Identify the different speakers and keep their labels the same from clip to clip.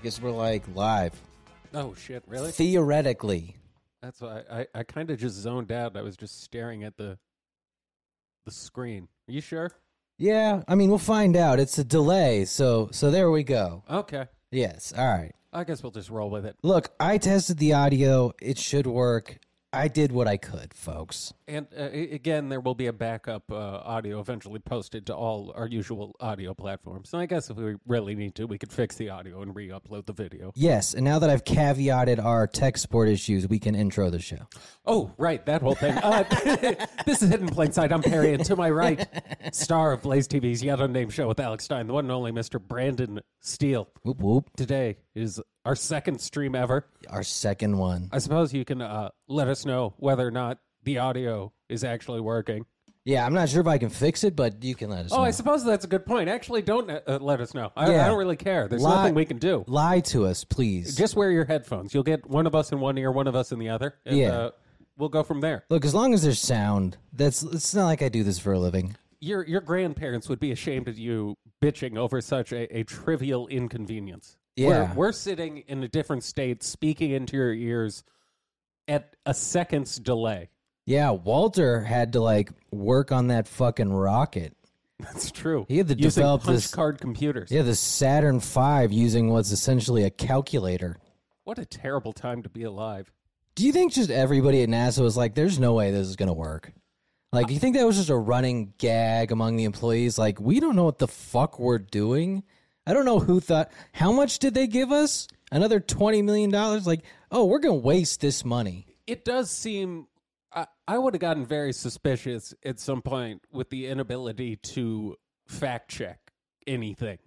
Speaker 1: because we're like live.
Speaker 2: Oh shit! Really?
Speaker 1: Theoretically,
Speaker 2: That's why I, I kind of just zoned out. I was just staring at the the screen. Are you sure?
Speaker 1: yeah. I mean, we'll find out. It's a delay, so so there we go.
Speaker 2: Okay.
Speaker 1: Yes. All right.
Speaker 2: I guess we'll just roll with it.
Speaker 1: Look, I tested the audio. It should work. I did what I could, folks.
Speaker 2: And uh, a- again, there will be a backup uh, audio eventually posted to all our usual audio platforms. So I guess if we really need to, we could fix the audio and re-upload the video.
Speaker 1: Yes, and now that I've caveated our tech support issues, we can intro the show.
Speaker 2: Oh, right, that whole thing. Uh, this is Hidden in Plain Sight. I'm Perry, and to my right, star of Blaze TV's Yet Unnamed Show with Alex Stein, the one and only Mr. Brandon Steele.
Speaker 1: Whoop whoop.
Speaker 2: Today is our second stream ever.
Speaker 1: Our second one.
Speaker 2: I suppose you can uh, let us know whether or not the audio is actually working.
Speaker 1: Yeah, I'm not sure if I can fix it, but you can let us
Speaker 2: Oh,
Speaker 1: know.
Speaker 2: I suppose that's a good point. Actually, don't uh, let us know. I,
Speaker 1: Yeah.
Speaker 2: I don't really care. There's
Speaker 1: Lie-
Speaker 2: nothing we can do.
Speaker 1: Lie to us, please.
Speaker 2: Just wear your headphones. You'll get one of us in one ear, one of us in the other. And,
Speaker 1: Yeah.
Speaker 2: Uh, we'll go from there.
Speaker 1: Look, as long as there's sound, that's it's not like I do this for a living.
Speaker 2: Your your grandparents would be ashamed of you bitching over such a, a trivial inconvenience.
Speaker 1: Yeah.
Speaker 2: We're, we're sitting in a different state, speaking into your ears at a second's delay.
Speaker 1: Yeah, Walter had to like work on that fucking rocket.
Speaker 2: That's true.
Speaker 1: He had to
Speaker 2: Using
Speaker 1: develop
Speaker 2: punch
Speaker 1: this-
Speaker 2: card computers.
Speaker 1: Yeah, the Saturn V using what's essentially a calculator.
Speaker 2: What a terrible time to be alive.
Speaker 1: Do you think just everybody at NASA was like, there's no way this is going to work? Like, do you think that was just a running gag among the employees? Like, we don't know what the fuck we're doing. I don't know who thought, how much did they give us? Another $20 million? Like, oh, we're going to waste this money.
Speaker 2: It does seem I, I would have gotten very suspicious at some point with the inability to fact check anything.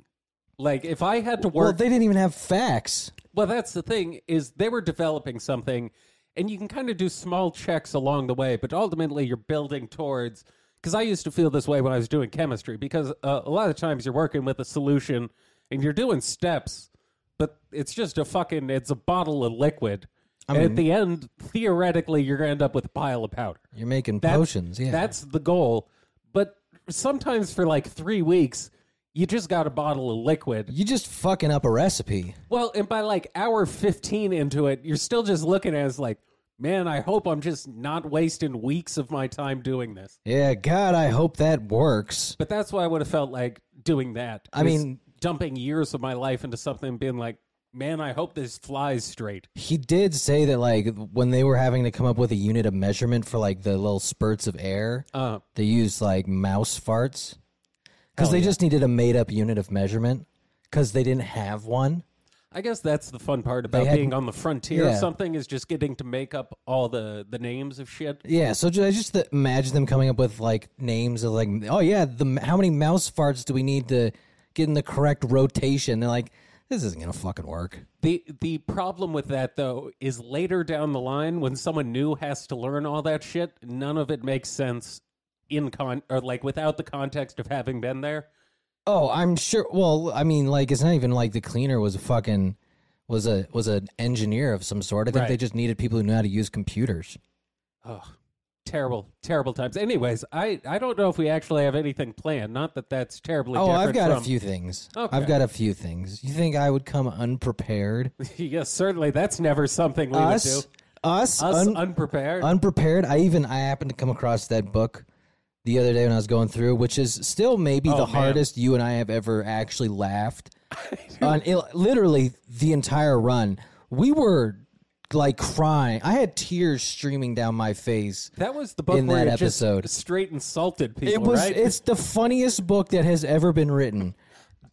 Speaker 2: Like if I had to work
Speaker 1: Well, they didn't even have facts.
Speaker 2: Well, that's the thing is they were developing something, and you can kind of do small checks along the way, but ultimately you're building towards. Because I used to feel this way when I was doing chemistry, because uh, a lot of times you're working with a solution and you're doing steps, but it's just a fucking it's a bottle of liquid. and at the end, theoretically, you're gonna end up with a pile of powder.
Speaker 1: You're making
Speaker 2: That's-
Speaker 1: potions. Yeah.
Speaker 2: That's the goal. But sometimes for like three weeks, you just got a bottle of liquid
Speaker 1: you just fucking up a recipe.
Speaker 2: well, and by like hour 15 into it, you're still just looking at it as like, man, I hope I'm just not wasting weeks of my time doing this.
Speaker 1: Yeah, God, I hope that works.
Speaker 2: But that's why I would have felt like doing that.
Speaker 1: I
Speaker 2: was
Speaker 1: mean-
Speaker 2: dumping years of my life into something and being like, man, I hope this flies straight.
Speaker 1: He did say that, like, when they were having to come up with a unit of measurement for, like, the little spurts of air,
Speaker 2: Uh,
Speaker 1: they used, like, mouse farts. Because they just needed a made up unit of measurement. Because they didn't have one.
Speaker 2: I guess that's the fun part about
Speaker 1: had-
Speaker 2: being on the frontier
Speaker 1: Yeah.
Speaker 2: of something is just getting to make up all the, the names of shit.
Speaker 1: Yeah, so ju- I just th- imagine them coming up with, like, names of, like, oh, yeah, the how many mouse farts do we need to get in the correct rotation? They're like, this isn't going to fucking work.
Speaker 2: The the problem with that though is later down the line when someone new has to learn all that shit, none of it makes sense in con or like without the context of having been there.
Speaker 1: Oh, I'm sure. Well, I mean, like it's not even like the cleaner was a fucking was a was an engineer of some sort. I think they
Speaker 2: Right.
Speaker 1: just needed people who knew how to use computers.
Speaker 2: Oh, terrible, terrible times. Anyways, I I don't know if we actually have anything planned. Not that that's terribly.
Speaker 1: Oh, I've
Speaker 2: different
Speaker 1: got a
Speaker 2: from-
Speaker 1: few things. I've
Speaker 2: Okay.
Speaker 1: got a few things. You think I would come unprepared?
Speaker 2: yes, certainly. That's never something we would
Speaker 1: Us,
Speaker 2: do.
Speaker 1: us,
Speaker 2: Us
Speaker 1: un-
Speaker 2: unprepared.
Speaker 1: unprepared. I even I happened to come across that book the other day when I was going through, which is still maybe the
Speaker 2: Oh, man.
Speaker 1: hardest you and I have ever actually laughed on. il- Literally the entire run, we were like crying. I had tears streaming down my face.
Speaker 2: that was the book
Speaker 1: in
Speaker 2: where
Speaker 1: that
Speaker 2: it just
Speaker 1: episode.
Speaker 2: straight insulted people.
Speaker 1: It was.
Speaker 2: right?
Speaker 1: It's the funniest book that has ever been written.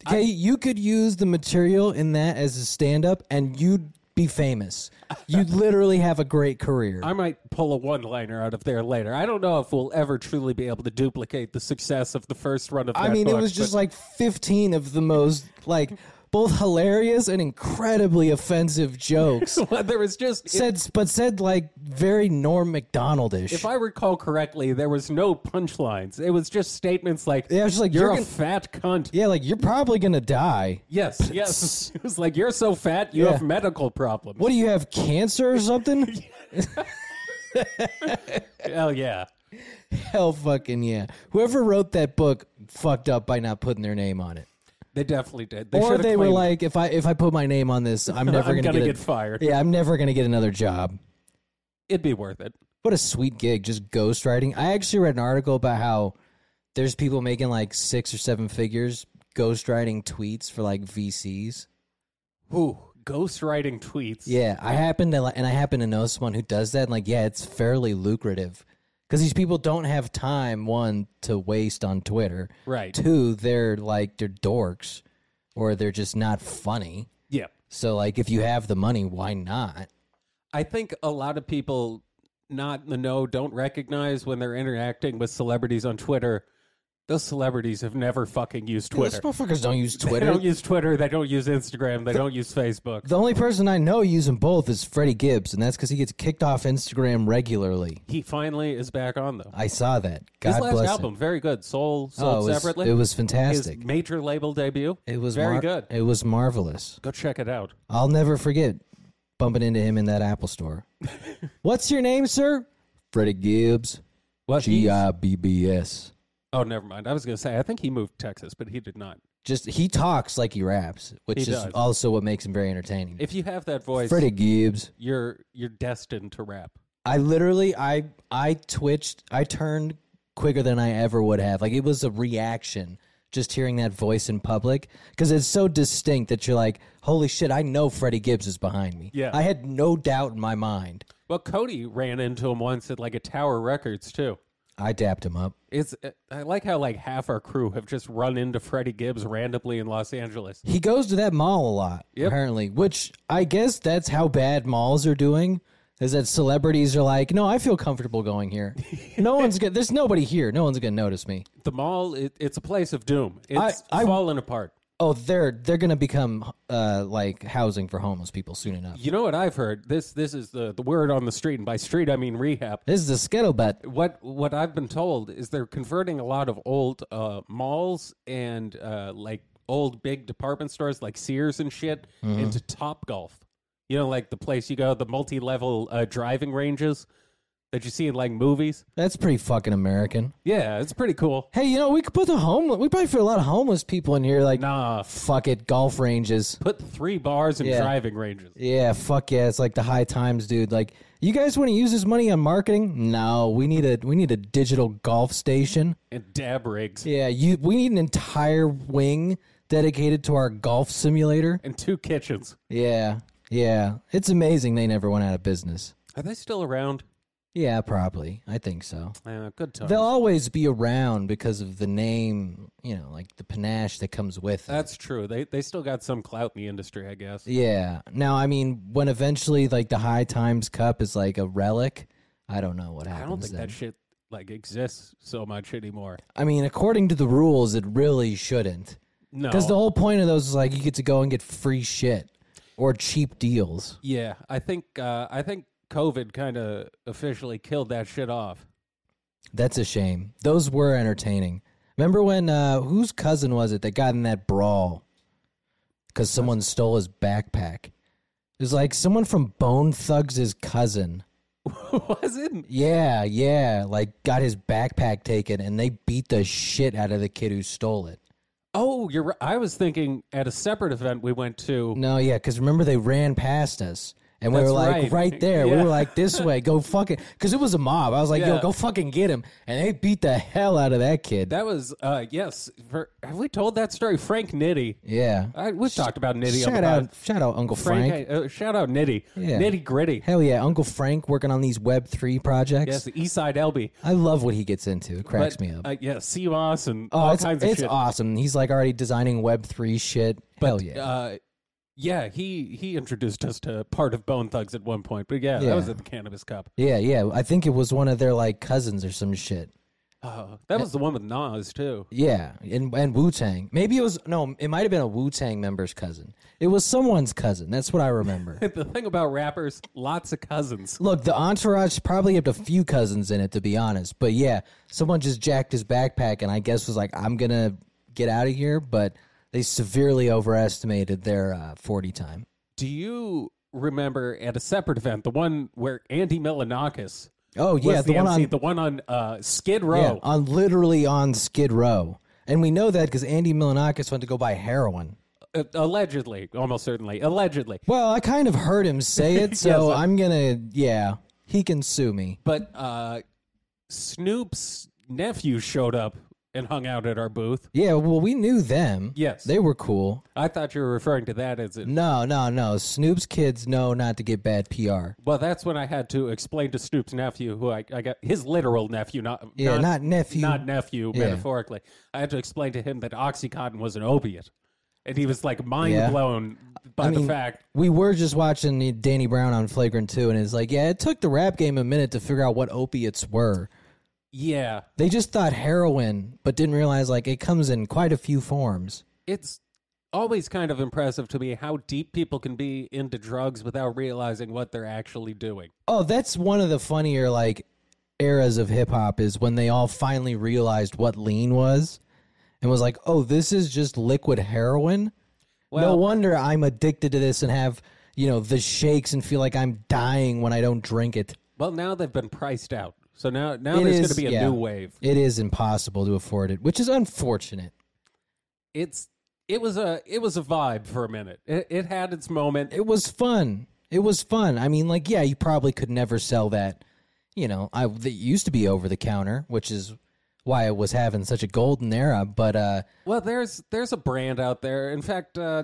Speaker 1: Okay, you could use the material in that as a stand-up, and you'd be famous. You'd literally have a great career.
Speaker 2: I might pull a one liner out of there later. I don't know if we'll ever truly be able to duplicate the success of the first run of that
Speaker 1: I mean, it
Speaker 2: book,
Speaker 1: was just
Speaker 2: but
Speaker 1: like 15 of the most, like, both hilarious and incredibly offensive jokes.
Speaker 2: there was just
Speaker 1: said, but said, like, very Norm MacDonaldish.
Speaker 2: if I recall correctly, there was no punchlines. It was just statements like
Speaker 1: Yeah, it was just like,
Speaker 2: you're,
Speaker 1: you're
Speaker 2: a
Speaker 1: gonna-
Speaker 2: fat cunt.
Speaker 1: yeah, like, you're probably going to die.
Speaker 2: Yes, yes. It was like you're so fat you
Speaker 1: Yeah.
Speaker 2: have medical problems.
Speaker 1: What do you have, cancer or something?
Speaker 2: Hell yeah.
Speaker 1: Hell fucking yeah. Whoever wrote that book fucked up by not putting their name on it.
Speaker 2: They definitely did. They
Speaker 1: or
Speaker 2: should've
Speaker 1: they were
Speaker 2: claimed,
Speaker 1: like, if I if I put my name on this, I'm never
Speaker 2: I'm
Speaker 1: gonna,
Speaker 2: gonna
Speaker 1: get,
Speaker 2: get
Speaker 1: a-
Speaker 2: fired.
Speaker 1: yeah, I'm never gonna get another job.
Speaker 2: It'd be worth it.
Speaker 1: What a sweet gig, just ghostwriting. I actually read an article about how there's people making like six or seven figures ghostwriting tweets for like VCs.
Speaker 2: Ooh, ghostwriting tweets.
Speaker 1: Yeah, I happen to li- and I happen to know someone who does that. And like, yeah, it's fairly lucrative because these people don't have time one to waste on Twitter.
Speaker 2: Right.
Speaker 1: Two, they're like they're dorks or they're just not funny.
Speaker 2: Yeah.
Speaker 1: So like, if you have the money, why not?
Speaker 2: I think a lot of people not in the know don't recognize when they're interacting with celebrities on Twitter. Those celebrities have never fucking used Twitter.
Speaker 1: Those motherfuckers don't use
Speaker 2: They
Speaker 1: Twitter.
Speaker 2: don't use Twitter. They don't use Instagram. They don't use Facebook.
Speaker 1: the only person I know using both is Freddie Gibbs, and that's because he gets kicked off Instagram regularly.
Speaker 2: He finally is back on though.
Speaker 1: I saw that. God
Speaker 2: His last
Speaker 1: bless
Speaker 2: album,
Speaker 1: him.
Speaker 2: very good. Soul, sold
Speaker 1: Oh, it was,
Speaker 2: separately.
Speaker 1: it was
Speaker 2: his
Speaker 1: fantastic.
Speaker 2: major label debut.
Speaker 1: it was
Speaker 2: very
Speaker 1: mar-
Speaker 2: good.
Speaker 1: It was marvelous.
Speaker 2: Go check it out.
Speaker 1: I'll never forget bumping into him in that Apple store. What's your name, sir? Freddie Gibbs.
Speaker 2: What?
Speaker 1: G I B B S.
Speaker 2: Oh, never mind. I was gonna say I think he moved to Texas, but he did not.
Speaker 1: Just he talks like he raps, which
Speaker 2: He
Speaker 1: is
Speaker 2: does.
Speaker 1: also what makes him very entertaining.
Speaker 2: If you have that voice,
Speaker 1: Freddie Gibbs.
Speaker 2: you're you're destined to rap.
Speaker 1: I literally I I twitched I turned quicker than I ever would have. Like it was a reaction just hearing that voice in public because it's so distinct that you're like, holy shit, I know Freddie Gibbs is behind me.
Speaker 2: Yeah.
Speaker 1: I had no doubt in my mind.
Speaker 2: Well, Cody ran into him once at like a Tower Records too.
Speaker 1: I dapped him up.
Speaker 2: It's uh, I like how like half our crew have just run into Freddie Gibbs randomly in Los Angeles.
Speaker 1: He goes to that mall a lot, apparently, which I guess that's how bad malls are doing. Is that celebrities are like, no, I feel comfortable going here. No one's gonna. There's nobody here. No one's gonna notice me.
Speaker 2: The mall, it, it's a place of doom. It's
Speaker 1: I-
Speaker 2: fallen apart.
Speaker 1: Oh, they're they're gonna become uh, like housing for homeless people soon enough.
Speaker 2: You know what I've heard? This this is the, the word on the street, and by street I mean rehab.
Speaker 1: This is a scuttlebutt.
Speaker 2: What what I've been told is they're converting a lot of old uh, malls and uh, like old big department stores like Sears and shit
Speaker 1: Mm-hmm.
Speaker 2: into Top Golf. You know, like the place you go, the multi level uh, driving ranges that you see in like movies.
Speaker 1: That's pretty fucking American.
Speaker 2: Yeah, it's pretty cool.
Speaker 1: Hey, you know we could put the homeless. We probably put a lot of homeless people in here. Like,
Speaker 2: Nah, f-
Speaker 1: fuck it, golf ranges.
Speaker 2: put three bars and
Speaker 1: Yeah.
Speaker 2: driving ranges.
Speaker 1: Yeah, fuck yeah. It's like the high times, dude. Like, you guys want to use this money on marketing? No, we need a we need a digital golf station.
Speaker 2: and dab rigs
Speaker 1: Yeah, you we need an entire wing dedicated to our golf simulator.
Speaker 2: and two kitchens.
Speaker 1: Yeah. Yeah. It's amazing they never went out of business.
Speaker 2: Are they still around?
Speaker 1: Yeah, probably. I think so.
Speaker 2: Uh, good time.
Speaker 1: They'll always be around because of the name, you know, like the panache that comes with it.
Speaker 2: That's true. They they still got some clout in the industry, I guess.
Speaker 1: Yeah. Now, I mean, when eventually like the High Times Cup is like a relic, I don't know what happens.
Speaker 2: I don't think
Speaker 1: then.
Speaker 2: that shit like exists so much anymore.
Speaker 1: I mean, according to the rules, it really shouldn't.
Speaker 2: No.
Speaker 1: Because the whole point of those is like you get to go and get free shit or cheap deals.
Speaker 2: yeah, I think uh, I think COVID kind of officially killed that shit off.
Speaker 1: That's a shame. Those were entertaining. Remember when uh whose cousin was it that got in that brawl because someone stole his backpack? It was like someone from Bone Thugs' cousin.
Speaker 2: Was it?
Speaker 1: Yeah, yeah, like got his backpack taken and they beat the shit out of the kid who stole it.
Speaker 2: Oh, you're. ri- I was thinking at a separate event we went to.
Speaker 1: No, yeah, because remember they ran past us. And we
Speaker 2: That's
Speaker 1: were like
Speaker 2: right.
Speaker 1: right, there. We
Speaker 2: Yeah.
Speaker 1: were like this way. Go fucking because it was a mob. I was like, yo,
Speaker 2: Yeah.
Speaker 1: go fucking get him. And they beat the hell out of that kid.
Speaker 2: That was uh yes. For, have we told that story? Frank Nitty.
Speaker 1: yeah.
Speaker 2: I, we've talked about Nitty. on
Speaker 1: Shout
Speaker 2: the pod.
Speaker 1: out, shout out, Uncle Frank.
Speaker 2: Frank. uh, shout out Nitty.
Speaker 1: Yeah.
Speaker 2: Nitty gritty.
Speaker 1: Hell yeah, Uncle Frank working on these Web three projects.
Speaker 2: Yes, East Side LB.
Speaker 1: I love what he gets into. It cracks
Speaker 2: But,
Speaker 1: me up.
Speaker 2: Uh, yeah, CMOS and
Speaker 1: oh,
Speaker 2: all
Speaker 1: it's,
Speaker 2: kinds of
Speaker 1: it's
Speaker 2: shit.
Speaker 1: awesome. He's like already designing Web three shit. Hell yeah.
Speaker 2: Uh, yeah, he he introduced us to part of Bone Thugs at one point, but yeah,
Speaker 1: Yeah.
Speaker 2: that was at the Cannabis Cup.
Speaker 1: yeah, yeah. I think it was one of their like cousins or some shit.
Speaker 2: Oh, that was the one with Nas too.
Speaker 1: Yeah, and and Wu Tang. Maybe it was no. It might have been a Wu Tang member's cousin. It was someone's cousin. That's what I remember.
Speaker 2: the thing about rappers, lots of cousins.
Speaker 1: Look, the entourage probably had a few cousins in it, to be honest. But yeah, someone just jacked his backpack, and I guess was like, "I'm gonna get out of here." But they severely overestimated their uh, forty time.
Speaker 2: Do you remember at a separate event, the one where Andy Milanakis
Speaker 1: Oh
Speaker 2: was
Speaker 1: yeah, the
Speaker 2: the,
Speaker 1: one
Speaker 2: MC,
Speaker 1: on
Speaker 2: the one on uh, Skid Row?
Speaker 1: yeah, on literally on Skid Row, And we know that because Andy Milanakis went to go buy heroin.
Speaker 2: Uh, allegedly, almost certainly, allegedly.
Speaker 1: Well, I kind of heard him say it, so
Speaker 2: Yes, I-
Speaker 1: I'm gonna. Yeah, he can sue me.
Speaker 2: But uh, Snoop's nephew showed up and hung out at our booth.
Speaker 1: Yeah, well, we knew them.
Speaker 2: Yes.
Speaker 1: they were cool.
Speaker 2: I thought you were referring to that as it.
Speaker 1: No, no, no. Snoop's kids know not to get bad PR.
Speaker 2: Well, that's when I had to explain to Snoop's nephew, who I, I got his literal nephew, not
Speaker 1: Yeah, not, nephew.
Speaker 2: not nephew metaphorically. I had to explain to him that OxyContin was an opiate, and he was like mind
Speaker 1: Yeah.
Speaker 2: blown by the
Speaker 1: mean,
Speaker 2: fact.
Speaker 1: we were just watching Danny Brown on Flagrant 2, and it's like, yeah, it took the rap game a minute to figure out what opiates were.
Speaker 2: Yeah,
Speaker 1: They just thought heroin, but didn't realize, like, it comes in quite a few forms.
Speaker 2: it's always kind of impressive to me how deep people can be into drugs without realizing what they're actually doing.
Speaker 1: Oh, that's one of the funnier, like, eras of hip hop is when they all finally realized what lean was and was like, oh, this is just liquid heroin. no
Speaker 2: Well-
Speaker 1: wonder I'm addicted to this and have, you know, the shakes and feel like I'm dying when I don't drink it.
Speaker 2: Well, now they've been priced out, so now now
Speaker 1: It
Speaker 2: there's
Speaker 1: is-
Speaker 2: going to be a
Speaker 1: yeah.
Speaker 2: new wave.
Speaker 1: It is impossible to afford it, which is unfortunate.
Speaker 2: It's it was a it was a vibe for a minute. It, it had its moment.
Speaker 1: It was fun. It was fun. I mean, like, yeah, you probably could never sell that. You know, I it used to be over the counter, which is why it was having such a golden era. But uh,
Speaker 2: Well, there's there's a brand out there. In fact, uh,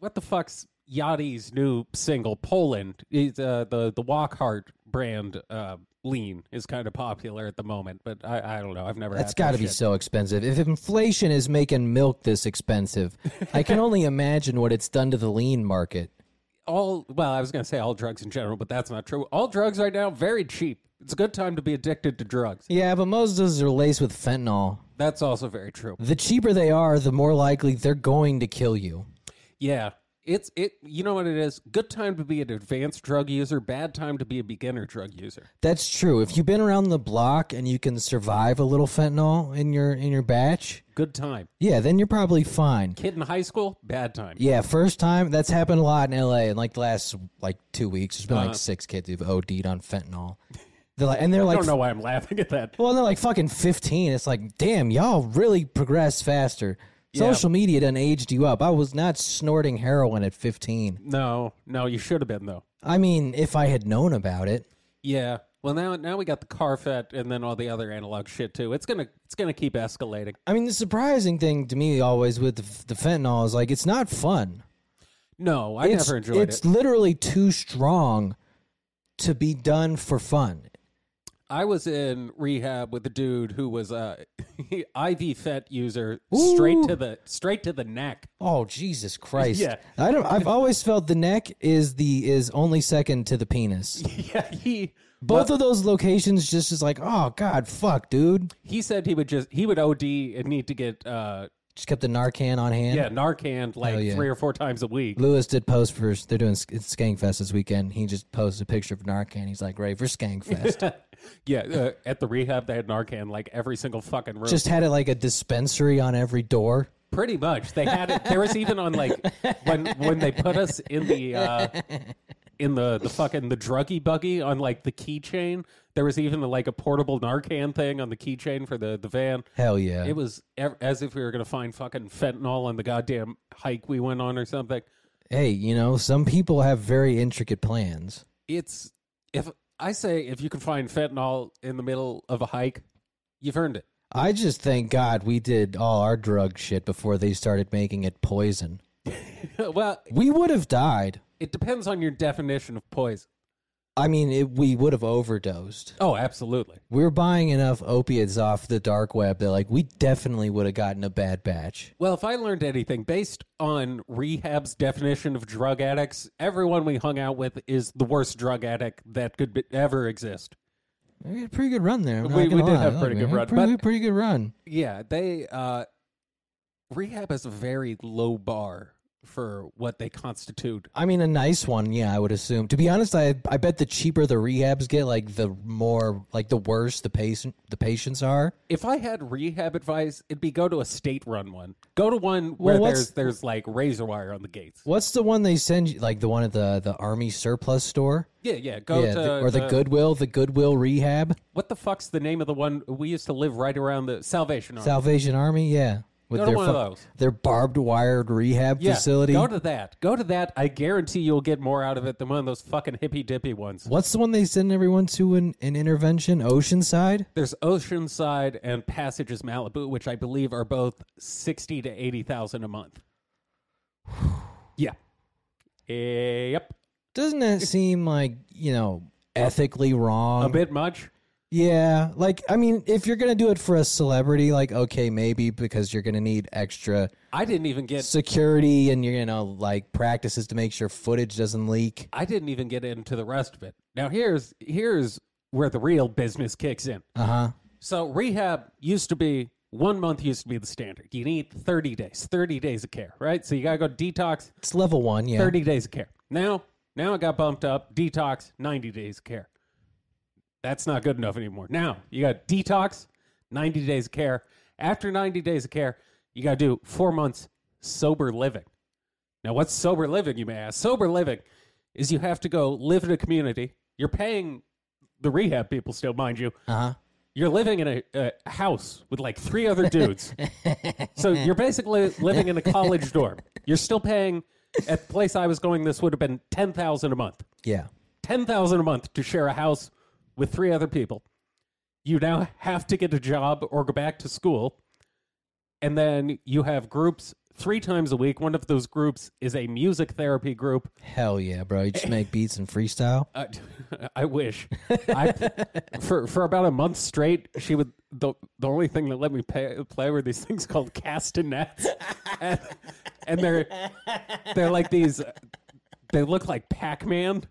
Speaker 2: what the fuck's Yachty's new single Poland? It's, uh, the the Walkhart brand uh, lean is kind of popular at the moment, but I, I don't know. I've never.
Speaker 1: that's
Speaker 2: had that
Speaker 1: got to be
Speaker 2: shit.
Speaker 1: so expensive. If inflation is making milk this expensive, I can only imagine what it's done to the lean market.
Speaker 2: all. Well, I was going to say all drugs in general, but that's not true. All drugs right now very cheap. It's a good time to be addicted to drugs.
Speaker 1: Yeah, but most of those are laced with fentanyl.
Speaker 2: That's also very true.
Speaker 1: The cheaper they are, the more likely they're going to kill you.
Speaker 2: Yeah. It's it you know what it is? Good time to be an advanced drug user, bad time to be a beginner drug user.
Speaker 1: That's true. If you've been around the block and you can survive a little fentanyl in your in your batch,
Speaker 2: Good time.
Speaker 1: yeah, then you're probably fine.
Speaker 2: Kid in high school, bad time.
Speaker 1: Yeah, first time that's happened a lot in LA in like the last like two weeks. There's been like six kids who've OD'd on fentanyl. They're like, and they're
Speaker 2: Uh-huh. I
Speaker 1: like,
Speaker 2: don't know why I'm laughing at that.
Speaker 1: well, they're like fucking 15. It's like, damn, y'all really progressed faster. Social media done aged you up. I was not snorting heroin at 15.
Speaker 2: No, no, you should have been though.
Speaker 1: I mean, if I had known about it,
Speaker 2: Yeah. Well now now we got the Carfet and then all the other analog shit too. It's gonna it's gonna keep escalating.
Speaker 1: I mean, the surprising thing to me always with the, the fentanyl is like it's not fun.
Speaker 2: No, I
Speaker 1: It's,
Speaker 2: never enjoyed
Speaker 1: it's
Speaker 2: it.
Speaker 1: literally too strong to be done for fun.
Speaker 2: I was in rehab with a dude who was a IV Fet E user straight to the straight to the neck.
Speaker 1: Oh Jesus Christ!
Speaker 2: Yeah.
Speaker 1: I don't. I've always felt the neck is the is only second to the penis.
Speaker 2: Yeah, he
Speaker 1: Both of those locations just is like, oh God, fuck, dude.
Speaker 2: he said he would just he would OD and need to get uh
Speaker 1: Just kept the Narcan on hand.
Speaker 2: yeah Narcan like
Speaker 1: yeah.
Speaker 2: three or four times a week.
Speaker 1: Lewis did post for they're doing Sk- it's Skankfest this weekend. He just posted a picture of Narcan. He's like, ready for Skankfest.
Speaker 2: yeah, uh, at the rehab they had Narcan like every single fucking room.
Speaker 1: just had it like a dispensary on every door.
Speaker 2: Pretty much, they had it. There was even on like when when they put us in the uh, in the the fucking the druggy buggy on like the keychain. There was even like a portable Narcan thing on the keychain for the the van.
Speaker 1: Hell yeah.
Speaker 2: It was ev- as if we were gonna find fucking fentanyl on the goddamn hike we went on or something.
Speaker 1: hey, you know, some people have very intricate plans.
Speaker 2: it's if I say if you can find fentanyl in the middle of a hike, you've earned it.
Speaker 1: I just thank God we did all our drug shit before they started making it poison.
Speaker 2: well,
Speaker 1: We would have died.
Speaker 2: it depends on your definition of poison.
Speaker 1: I mean, it, we would have overdosed.
Speaker 2: Oh, absolutely.
Speaker 1: We were buying enough opiates off the dark web that, like, we definitely would have gotten a bad batch.
Speaker 2: Well, if I learned anything based on rehab's definition of drug addicts, everyone we hung out with is the worst drug addict that could be, ever exist.
Speaker 1: We had a pretty good run there. I'm not
Speaker 2: We- we
Speaker 1: gonna
Speaker 2: did
Speaker 1: lie.
Speaker 2: have a
Speaker 1: Like,
Speaker 2: pretty
Speaker 1: we
Speaker 2: good
Speaker 1: had a
Speaker 2: run,
Speaker 1: Pretty,
Speaker 2: but-
Speaker 1: pretty good run.
Speaker 2: Yeah, they uh, rehab has a very low bar for what they constitute.
Speaker 1: I mean, a nice one, yeah, I would assume. To be honest, I I bet the cheaper the rehabs get, like the more, like the worse the patient the patients are.
Speaker 2: If I had rehab advice, it'd be go to a state run one. Go to one where
Speaker 1: Well, what's-
Speaker 2: there's there's like razor wire on the gates.
Speaker 1: What's the one they send you? Like the one at the the army surplus store,
Speaker 2: Yeah, yeah. Go
Speaker 1: yeah,
Speaker 2: to
Speaker 1: the- or the
Speaker 2: to-
Speaker 1: Goodwill, the Goodwill rehab,
Speaker 2: What the fuck's the name of the one we used to live right around the Salvation Army?
Speaker 1: Salvation Army, yeah. with
Speaker 2: Go to
Speaker 1: their
Speaker 2: one of
Speaker 1: fuck-
Speaker 2: those.
Speaker 1: their barbed wired rehab
Speaker 2: Yeah,
Speaker 1: facility.
Speaker 2: Go to that. Go to that. I guarantee you'll get more out of it than one of those fucking hippy dippy ones.
Speaker 1: What's the one they send everyone to in an intervention? Oceanside.
Speaker 2: There's Oceanside and Passages Malibu, which I believe are both sixty to eighty thousand a month. yeah. Eh, Yep.
Speaker 1: Doesn't that seem like you know ethically
Speaker 2: A
Speaker 1: wrong?
Speaker 2: bit much.
Speaker 1: Yeah, like I mean, if you're gonna do it for a celebrity, like okay, maybe because you're gonna need extra
Speaker 2: I didn't even get
Speaker 1: security and you're gonna like practices to make sure footage doesn't leak.
Speaker 2: I didn't even get into the rest of it. Now here's here's where the real business kicks in.
Speaker 1: Uh huh.
Speaker 2: So rehab used to be one month used to be the standard. You need 30 days, 30 days of care, right? So you gotta go detox,
Speaker 1: It's level one. Yeah.
Speaker 2: 30 days of care. Now, now it got bumped up, detox, 90 days of care. That's not good enough anymore. Now you got detox, 90 days of care. After 90 days of care, you gotta do four months sober living. Now, what's sober living, you may ask? Sober living is you have to go live in a community. You're paying the rehab people still, mind you,
Speaker 1: Uh
Speaker 2: you're living in a, a house with like three other dudes. so you're basically living in a college dorm. You're still paying at the place I was going this would have been 10,000 a month.
Speaker 1: Yeah.
Speaker 2: 10,000 a month to share a house with three other people. You now have to get a job or go back to school. And then you have groups 3 times a week. One of those groups is a music therapy group.
Speaker 1: Hell yeah, bro! You just make beats and freestyle.
Speaker 2: I, I wish. I, for for about a month straight, she would the the only thing that let me pay, play were these things called castanets, and, and they're they're like these. They look like Pac Man.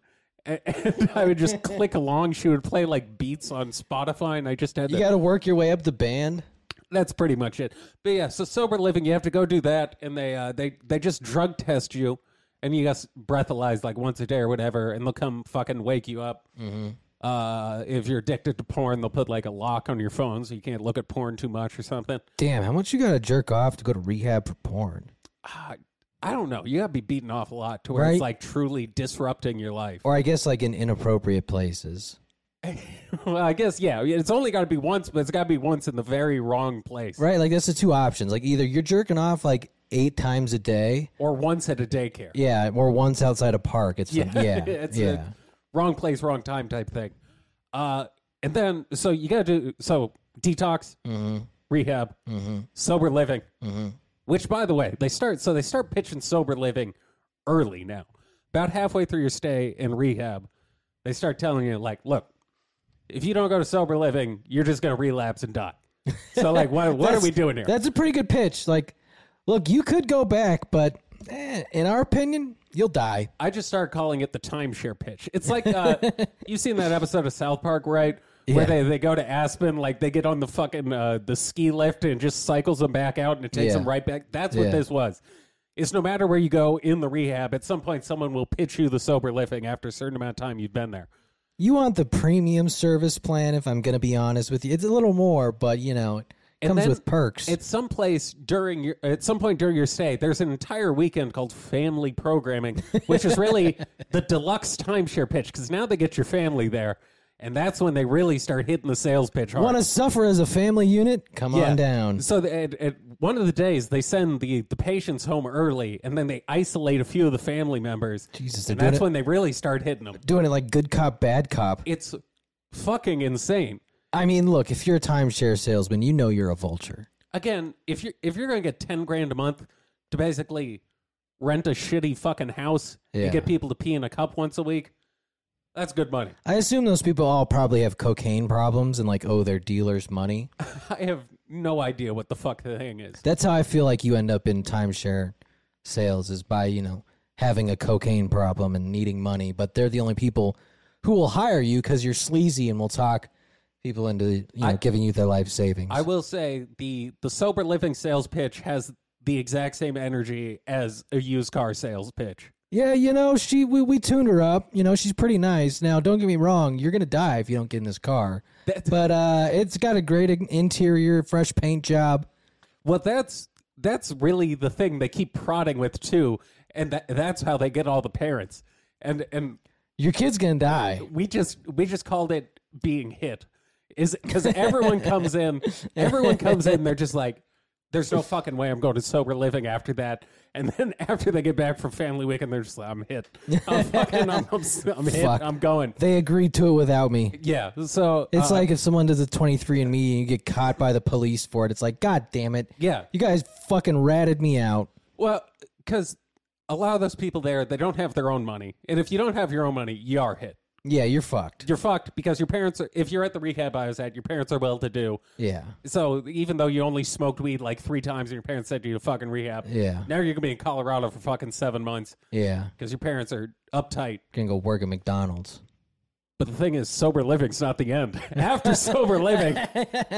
Speaker 2: And I would just click along. She would play like beats on Spotify, and I just had to
Speaker 1: You got to work your way up the band.
Speaker 2: that's pretty much it. But yeah, so sober living, you have to go do that, and they uh, they they just drug test you, and you got breathalyzed like once a day or whatever, and they'll come fucking wake you up. Mm-hmm. Uh, if you're addicted to porn, they'll put like a lock on your phone so you can't look at porn too much or something.
Speaker 1: Damn, how much you got to jerk off to go to rehab for porn?
Speaker 2: Uh, I don't know. You got to be beaten off a lot to where
Speaker 1: Ah. Right.
Speaker 2: it's like truly disrupting your life.
Speaker 1: Or I guess like in inappropriate places.
Speaker 2: well, I guess yeah. It's only got to be once, but it's got to be once in the very wrong place,
Speaker 1: Right? Like that's the two options. Like either you're jerking off like eight times a day.
Speaker 2: or once at a daycare.
Speaker 1: Yeah, or once outside a park. It's yeah, yeah,
Speaker 2: it's
Speaker 1: yeah.
Speaker 2: a wrong place, wrong time type thing. Uh, and then so you got to do so detox,
Speaker 1: Mm-hmm.
Speaker 2: rehab, sober living. Which, by the way, they start so they start pitching sober living early now. About halfway through your stay in rehab, they start telling you like, look, if you don't go to sober living, you're just going to relapse and die. So like, what what are we doing here?
Speaker 1: That's a pretty good pitch. Like, look, you could go back, but eh, in our opinion, you'll die.
Speaker 2: I just start calling it the timeshare pitch. It's like uh, you've seen that episode of South Park, right? Where
Speaker 1: Yeah.
Speaker 2: they, they go to Aspen, like they get on the fucking uh, the ski lift and just cycles them back out, and it takes
Speaker 1: Yeah.
Speaker 2: them right back. That's what
Speaker 1: Yeah.
Speaker 2: this was. It's no matter where you go in the rehab, at some point someone will pitch you the sober living after a certain amount of time you've been there.
Speaker 1: You want the premium service plan? If I'm gonna be honest with you, it's a little more, but you know, it comes
Speaker 2: then
Speaker 1: with perks.
Speaker 2: At some place during your at some point during your stay, there's an entire weekend called family programming, which is really the deluxe timeshare pitch because now they get your family there, and that's when they really start hitting the sales pitch hard.
Speaker 1: Want to suffer as a family unit? Come on down.
Speaker 2: So the, at, at one of the days, they send the the patients home early, and then they isolate a few of the family members.
Speaker 1: Jesus, they're
Speaker 2: and
Speaker 1: doing
Speaker 2: that's
Speaker 1: it-
Speaker 2: when they really start hitting them.
Speaker 1: Doing it like good cop, bad cop.
Speaker 2: It's fucking insane.
Speaker 1: I mean, look, if you're a timeshare salesman, you know you're a vulture.
Speaker 2: again, if you're if you're gonna get ten grand a month to basically rent a shitty fucking house
Speaker 1: Yeah.
Speaker 2: and get people to pee in a cup once a week, that's good money.
Speaker 1: I assume those people all probably have cocaine problems and like owe their dealers money.
Speaker 2: I have no idea what the fuck the thing is.
Speaker 1: That's how I feel like you end up in timeshare sales is by, you know, having a cocaine problem and needing money, but they're the only people who will hire you because you're sleazy and will talk people into, you know, giving you their life savings.
Speaker 2: I will say the the sober living sales pitch has the exact same energy as a used car sales pitch.
Speaker 1: yeah, you know, she we, we tuned her up. You know, she's pretty nice. Now, don't get me wrong, you're gonna die if you don't get in this car.
Speaker 2: That-
Speaker 1: but uh, it's got a great in- interior, fresh paint job.
Speaker 2: Well, that's that's really the thing they keep prodding with too, and that, that's how they get all the parents. And and
Speaker 1: Your kid's gonna die.
Speaker 2: we just we just called it being hit is because everyone comes in everyone comes in they're just like There's no fucking way I'm going to sober living after that. And then after they get back from family weekend, they're just like, I'm hit. I'm fucking, I'm, I'm, I'm hit.
Speaker 1: Fuck.
Speaker 2: I'm going.
Speaker 1: They agreed to it without me.
Speaker 2: Yeah. So uh,
Speaker 1: It's like if someone does a 23 and me and you get caught by the police for it. It's like, God damn it.
Speaker 2: Yeah.
Speaker 1: You guys fucking ratted me out.
Speaker 2: Well, because a lot of those people there, they don't have their own money. And if you don't have your own money, you are hit.
Speaker 1: Yeah, you're fucked.
Speaker 2: You're fucked because your parents are, if you're at the rehab I was at, your parents are well to do.
Speaker 1: Yeah.
Speaker 2: So even though you only smoked weed like three times and your parents sent you to fucking rehab,
Speaker 1: Yeah.
Speaker 2: now you're going to be in Colorado for fucking seven months
Speaker 1: Yeah.
Speaker 2: because your parents are uptight.
Speaker 1: Gonna go work at McDonald's.
Speaker 2: But the thing is, sober living's not the end. After sober living,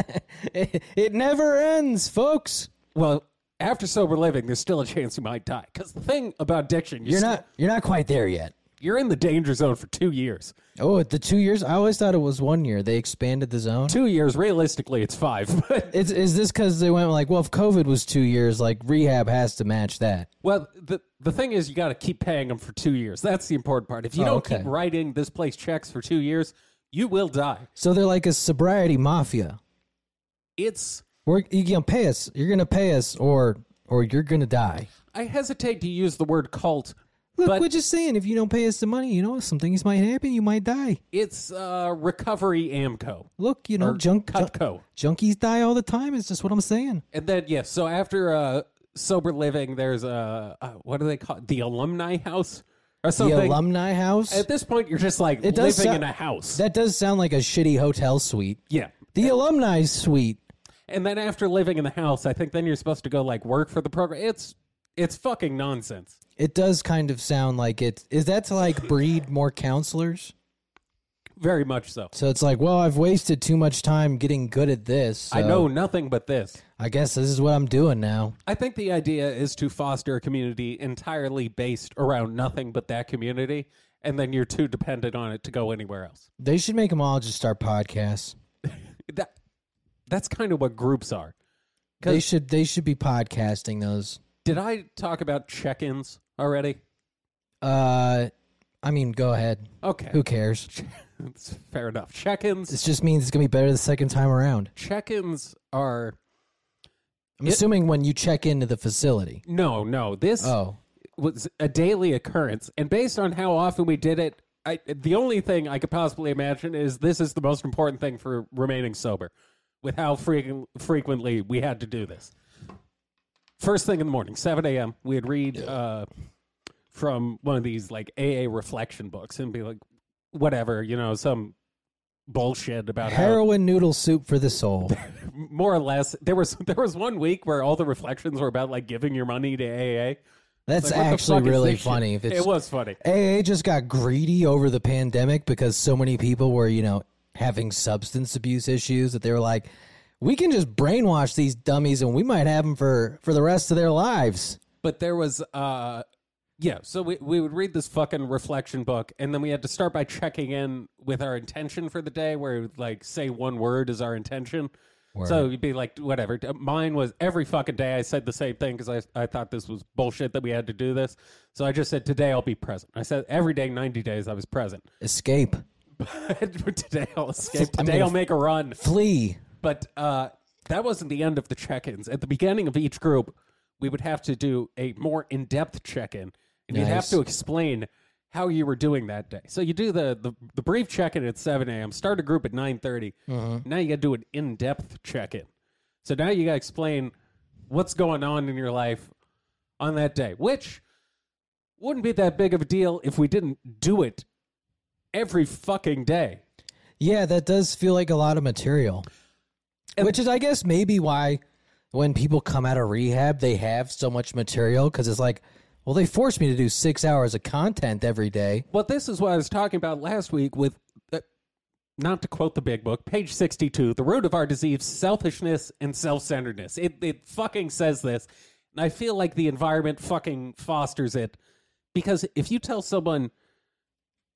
Speaker 1: it, it never ends, folks.
Speaker 2: well, after sober living, there's still a chance you might die. Because the thing about addiction, you
Speaker 1: You're not you're not quite there yet.
Speaker 2: you're in the danger zone for two years.
Speaker 1: Oh, the two years? I always thought it was one year. They expanded the zone.
Speaker 2: Two years, realistically, it's five. But
Speaker 1: It's, is this because they went like, well, if COVID was two years, like rehab has to match that?
Speaker 2: Well, the the thing is, you got to keep paying them for two years. That's the important part. If you
Speaker 1: Oh,
Speaker 2: don't
Speaker 1: okay.
Speaker 2: keep writing this place checks for two years, you will die.
Speaker 1: So they're like a sobriety mafia.
Speaker 2: It's
Speaker 1: We're you gonna pay us? You're gonna pay us, or or you're gonna die.
Speaker 2: I hesitate to use the word cult,
Speaker 1: Look,
Speaker 2: but
Speaker 1: we're just saying, if you don't pay us the money, you know, some things might happen. You might die.
Speaker 2: it's uh, recovery Amco,
Speaker 1: Look, you know, junk, junk
Speaker 2: Cutco,
Speaker 1: junkies die all the time. It's just what I'm saying.
Speaker 2: and then yes. so after uh, sober living, there's a uh, what do they call it? the alumni house or
Speaker 1: The
Speaker 2: something.
Speaker 1: alumni house.
Speaker 2: At this point, you're just like living
Speaker 1: does sou-
Speaker 2: in a house.
Speaker 1: that does sound like a shitty hotel suite.
Speaker 2: yeah.
Speaker 1: The alumni suite.
Speaker 2: And then after living in the house, I think then you're supposed to go like work for the program. It's it's fucking nonsense.
Speaker 1: It does kind of sound like it. Is that to like breed more counselors?
Speaker 2: Very much so.
Speaker 1: So it's like, well, I've wasted too much time getting good at this.
Speaker 2: I
Speaker 1: so
Speaker 2: know nothing but this.
Speaker 1: I guess this is what I'm doing now.
Speaker 2: I think the idea is to foster a community entirely based around nothing but that community, and then you're too dependent on it to go anywhere else.
Speaker 1: They should make them all just start podcasts.
Speaker 2: That that's kind of what groups are.
Speaker 1: They should. They should be podcasting those.
Speaker 2: Did I talk about check-ins already?
Speaker 1: Uh, I mean, go ahead.
Speaker 2: Okay,
Speaker 1: Who cares?
Speaker 2: It's fair enough. Check-ins,
Speaker 1: This just means it's gonna be better the second time around.
Speaker 2: check-ins are
Speaker 1: I'm assuming when you check into the facility.
Speaker 2: no, no. This
Speaker 1: Oh,
Speaker 2: was a daily occurrence, and based on how often we did it, I, the only thing I could possibly imagine is this is the most important thing for remaining sober, with how frequent, frequently we had to do this. First thing in the morning, seven a.m., we'd read uh, from one of these like AA reflection books and be like, whatever, you know, some bullshit about how
Speaker 1: heroin noodle soup for the soul.
Speaker 2: more or less there was there was one week where all the reflections were about like giving your money to AA.
Speaker 1: That's
Speaker 2: Like, what the
Speaker 1: actually
Speaker 2: fuck is
Speaker 1: really
Speaker 2: this shit?
Speaker 1: funny. If it's
Speaker 2: it was funny.
Speaker 1: AA just got greedy over the pandemic because so many people were, you know, having substance abuse issues that they were like, we can just brainwash these dummies and we might have them for, for the rest of their lives.
Speaker 2: but there was uh yeah so we, we would read this fucking reflection book and then we had to start by checking in with our intention for the day where it would like say one word is our intention so you'd be like whatever mine was every fucking day i said the same thing because I, I thought this was bullshit that we had to do this so i just said today i'll be present i said every day 90 days i was present
Speaker 1: Escape,
Speaker 2: but today i'll escape
Speaker 1: I'm
Speaker 2: today
Speaker 1: gonna-
Speaker 2: i'll make a run
Speaker 1: flee.
Speaker 2: but uh, that wasn't the end of the check ins. At the beginning of each group, we would have to do a more in depth check in. And you'd have
Speaker 1: Nice.
Speaker 2: to explain how you were doing that day. So you do the, the, the brief check in at 7 a.m., start a group at 9 30. Now you got to do an in depth check in. So now you got to explain what's going on in your life on that day, which wouldn't be that big of a deal if we didn't do it every fucking day.
Speaker 1: Yeah, that does feel like a lot of material, which is, I guess, maybe why when people come out of rehab, they have so much material because it's like, well, they forced me to do six hours of content every day.
Speaker 2: Well, this is what I was talking about last week with, uh, not to quote the big book, page 62, the root of our disease, selfishness and self centeredness. It, it fucking says this. And I feel like the environment fucking fosters it. Because if you tell someone,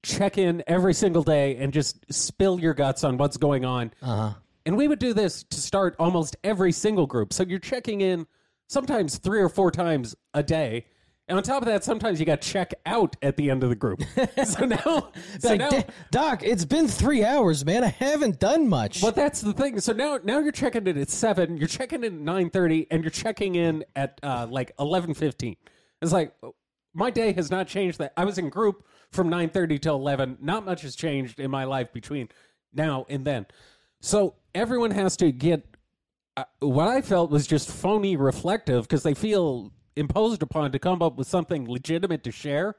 Speaker 2: check in every single day and just spill your guts on what's going on,
Speaker 1: Uh huh.
Speaker 2: and we would do this to start almost every single group. So you're checking in sometimes three or four times a day. And on top of that, sometimes you got check out at the end of the group. so now, so
Speaker 1: Like,
Speaker 2: now,
Speaker 1: "Da- Doc, it's been three hours, man. I haven't done much.
Speaker 2: but that's the thing. So now, now you're checking in at seven, you're checking in at nine thirty, and you're checking in at uh, like eleven fifteen. It's like my day has not changed. That I was in group from nine thirty till eleven. Not much has changed in my life between now and then. So everyone has to get uh, what I felt was just phony reflective because they feel imposed upon to come up with something legitimate to share.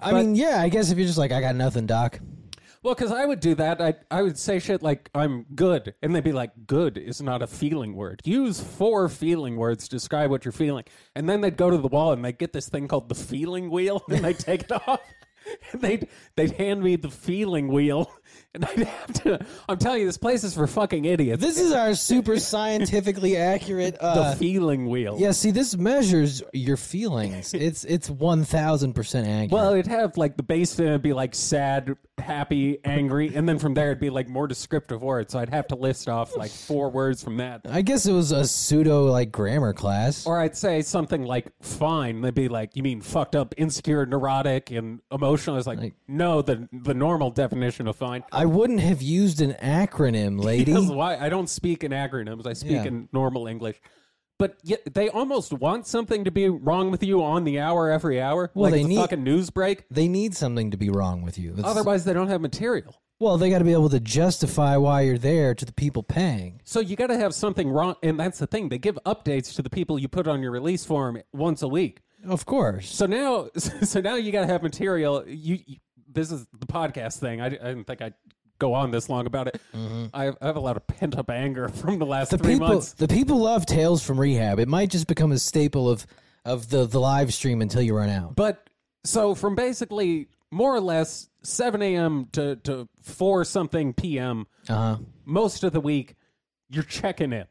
Speaker 1: I mean, yeah, I guess if you're just like, I got nothing, Doc.
Speaker 2: Well, because I would do that. I I would say shit like "I'm good," and they'd be like, "Good is not a feeling word. Use four feeling words to describe what you're feeling." And then they'd go to the wall and they'd get this thing called the feeling wheel, and they'd take it off. And they'd they'd hand me the feeling wheel, and I'd have to. I'm telling you, this place is for fucking idiots.
Speaker 1: This is our super scientifically accurate.
Speaker 2: The
Speaker 1: Uh,
Speaker 2: feeling wheel.
Speaker 1: yeah, see, this measures your feelings. It's it's one thousand percent accurate.
Speaker 2: Well, it'd have like the base then it'd be like sad, happy, angry, and then from there it'd be like more descriptive words. So I'd have to list off like four words from that.
Speaker 1: I guess it was a pseudo like grammar class.
Speaker 2: Or I'd say something like fine. They'd be like, you mean fucked up, insecure, neurotic, and emotional. It's like, no, the the normal definition of fine.
Speaker 1: I wouldn't have used an acronym, lady.
Speaker 2: That's why I don't speak in acronyms. I speak
Speaker 1: Yeah.
Speaker 2: in normal English. But yet they almost want something to be wrong with you on the hour every hour. like
Speaker 1: they
Speaker 2: it's a
Speaker 1: need-
Speaker 2: fucking news break.
Speaker 1: they need something to be wrong with you. It's-
Speaker 2: Otherwise, they don't have material.
Speaker 1: well, they got to be able to justify why you're there to the people paying.
Speaker 2: So you got to have something wrong, and that's the thing. They give updates to the people you put on your release form once a week.
Speaker 1: Of course.
Speaker 2: So now, so now you got to have material. You, you- this is the podcast thing. I, I didn't think I'd go on this long about it. I, have, I have a lot of pent up anger from the last
Speaker 1: Mm-hmm. The
Speaker 2: three
Speaker 1: people
Speaker 2: months.
Speaker 1: the people love tales from rehab. It might just become a staple of of the the live stream until you run out.
Speaker 2: But so from basically more or less seven a.m. to to four something p.m.
Speaker 1: Uh-huh.
Speaker 2: most of the week, you're checking in,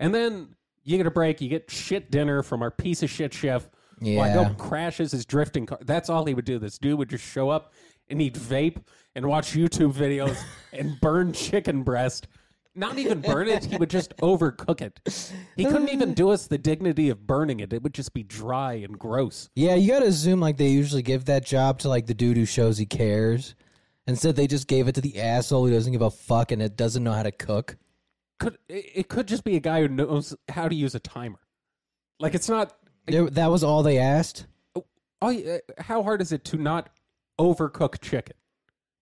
Speaker 2: and then you get a break. You get shit dinner from our piece of shit chef.
Speaker 1: Yeah.
Speaker 2: Like, crashes his drifting car. That's all he would do. This dude would just show up and eat vape and watch YouTube videos and burn chicken breast. Not even burn it. He would just overcook it. He couldn't even do us the dignity of burning it. It would just be dry and gross.
Speaker 1: Yeah, you got to assume like they usually give that job to like the dude who shows he cares. Instead, they just gave it to the asshole who doesn't give a fuck and it doesn't know how to cook.
Speaker 2: Could it it could just be a guy who knows how to use a timer. Like it's not.
Speaker 1: There- that was all they asked.
Speaker 2: all you- uh, how hard is it to not overcook chicken?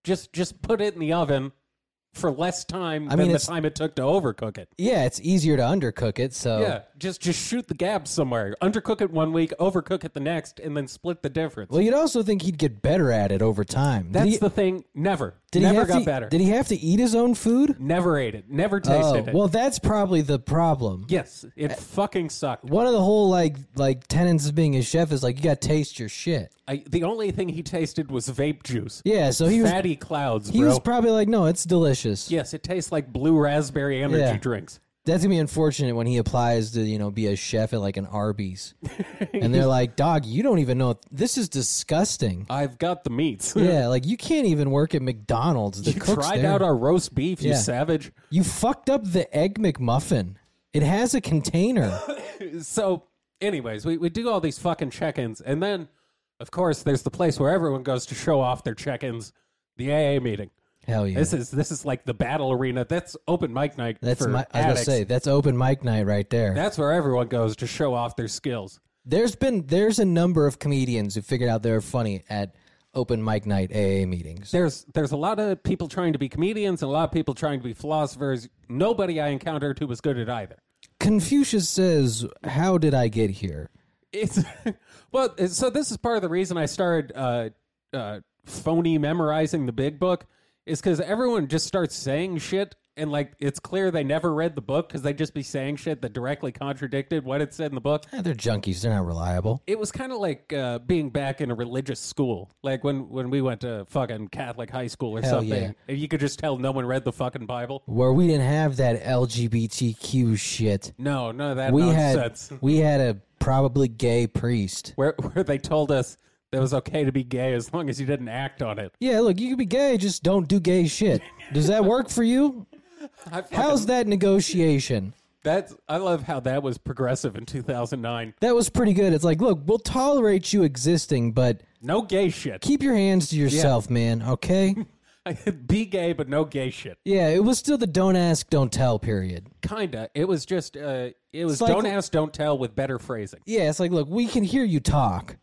Speaker 2: Just just put it in the oven for less time
Speaker 1: mean,
Speaker 2: than the
Speaker 1: it's-
Speaker 2: time it took to overcook it.
Speaker 1: Yeah, it's easier to undercook it. So
Speaker 2: Yeah, just just shoot the gap somewhere. Undercook it one week, overcook it the next, and then split the difference.
Speaker 1: Well, you'd also think he'd get better at it over time.
Speaker 2: That's
Speaker 1: did he,
Speaker 2: the thing. Never,
Speaker 1: did he
Speaker 2: never
Speaker 1: have
Speaker 2: got
Speaker 1: to,
Speaker 2: better.
Speaker 1: Did he have to eat his own food?
Speaker 2: never ate it. Never
Speaker 1: Oh,
Speaker 2: tasted it.
Speaker 1: well, that's probably the problem.
Speaker 2: yes, it fucking sucked.
Speaker 1: One of the whole like like tenets of being a chef is like you got to taste your shit.
Speaker 2: I, the only thing he tasted was vape juice.
Speaker 1: Yeah, so he was
Speaker 2: Fatty clouds,
Speaker 1: he
Speaker 2: bro.
Speaker 1: was probably like, no, it's delicious.
Speaker 2: yes, it tastes like blue raspberry energy
Speaker 1: Yeah.
Speaker 2: drinks.
Speaker 1: That's gonna be unfortunate when he applies to you know be a chef at like an Arby's, and they're like, dog, you don't even know this is disgusting.
Speaker 2: I've got the meats.
Speaker 1: Yeah, like you can't even work at McDonald's. The
Speaker 2: You
Speaker 1: cook's
Speaker 2: tried
Speaker 1: there.
Speaker 2: out our roast beef, you
Speaker 1: Yeah.
Speaker 2: savage.
Speaker 1: You fucked up the egg McMuffin. It has a container.
Speaker 2: So, anyways, we, we do all these fucking check ins. And then, of course, there's the place where everyone goes to show off their check ins the AA meeting.
Speaker 1: Hell yeah.
Speaker 2: This is this is like the battle arena. That's open mic night.
Speaker 1: That's
Speaker 2: for
Speaker 1: my, I was gonna
Speaker 2: addicts.
Speaker 1: say that's open mic night right there.
Speaker 2: That's where everyone goes to show off their skills.
Speaker 1: there's been there's a number of comedians who figured out they're funny at open mic night AA meetings.
Speaker 2: There's there's a lot of people trying to be comedians and a lot of people trying to be philosophers. Nobody I encountered who was good at either.
Speaker 1: Confucius says, "How did I get here?"
Speaker 2: It's well, it's- so this is part of the reason I started uh, uh, phony memorizing the big book is because everyone just starts saying shit, and like it's clear they never read the book because they just be saying shit that directly contradicted what it said in the book.
Speaker 1: Eh, they're junkies. They're not reliable.
Speaker 2: It was kind of like uh, being back in a religious school, like when when we went to fucking Catholic high school or
Speaker 1: Hell
Speaker 2: something,
Speaker 1: yeah.
Speaker 2: and you could just tell no one read the fucking Bible.
Speaker 1: Where we didn't have that LGBTQ shit.
Speaker 2: No, none of that
Speaker 1: We
Speaker 2: nonsense.
Speaker 1: had we had a probably gay priest.
Speaker 2: Where where they told us that it was okay to be gay as long as you didn't act on it.
Speaker 1: Yeah, look, you can be gay, just don't do gay shit. Does that work for you?
Speaker 2: I fucking
Speaker 1: How's that negotiation?
Speaker 2: That's I love how that was progressive in 2009.
Speaker 1: That was pretty good. It's like, look, we'll tolerate you existing, but
Speaker 2: No gay shit.
Speaker 1: keep your hands to yourself, man. Okay.
Speaker 2: Be gay, but no gay shit.
Speaker 1: yeah, it was still the don't ask, don't tell period.
Speaker 2: Kinda. It was just. Uh, it was
Speaker 1: like-
Speaker 2: don't ask, don't tell with better phrasing.
Speaker 1: Yeah, it's like, look, we can hear you talk.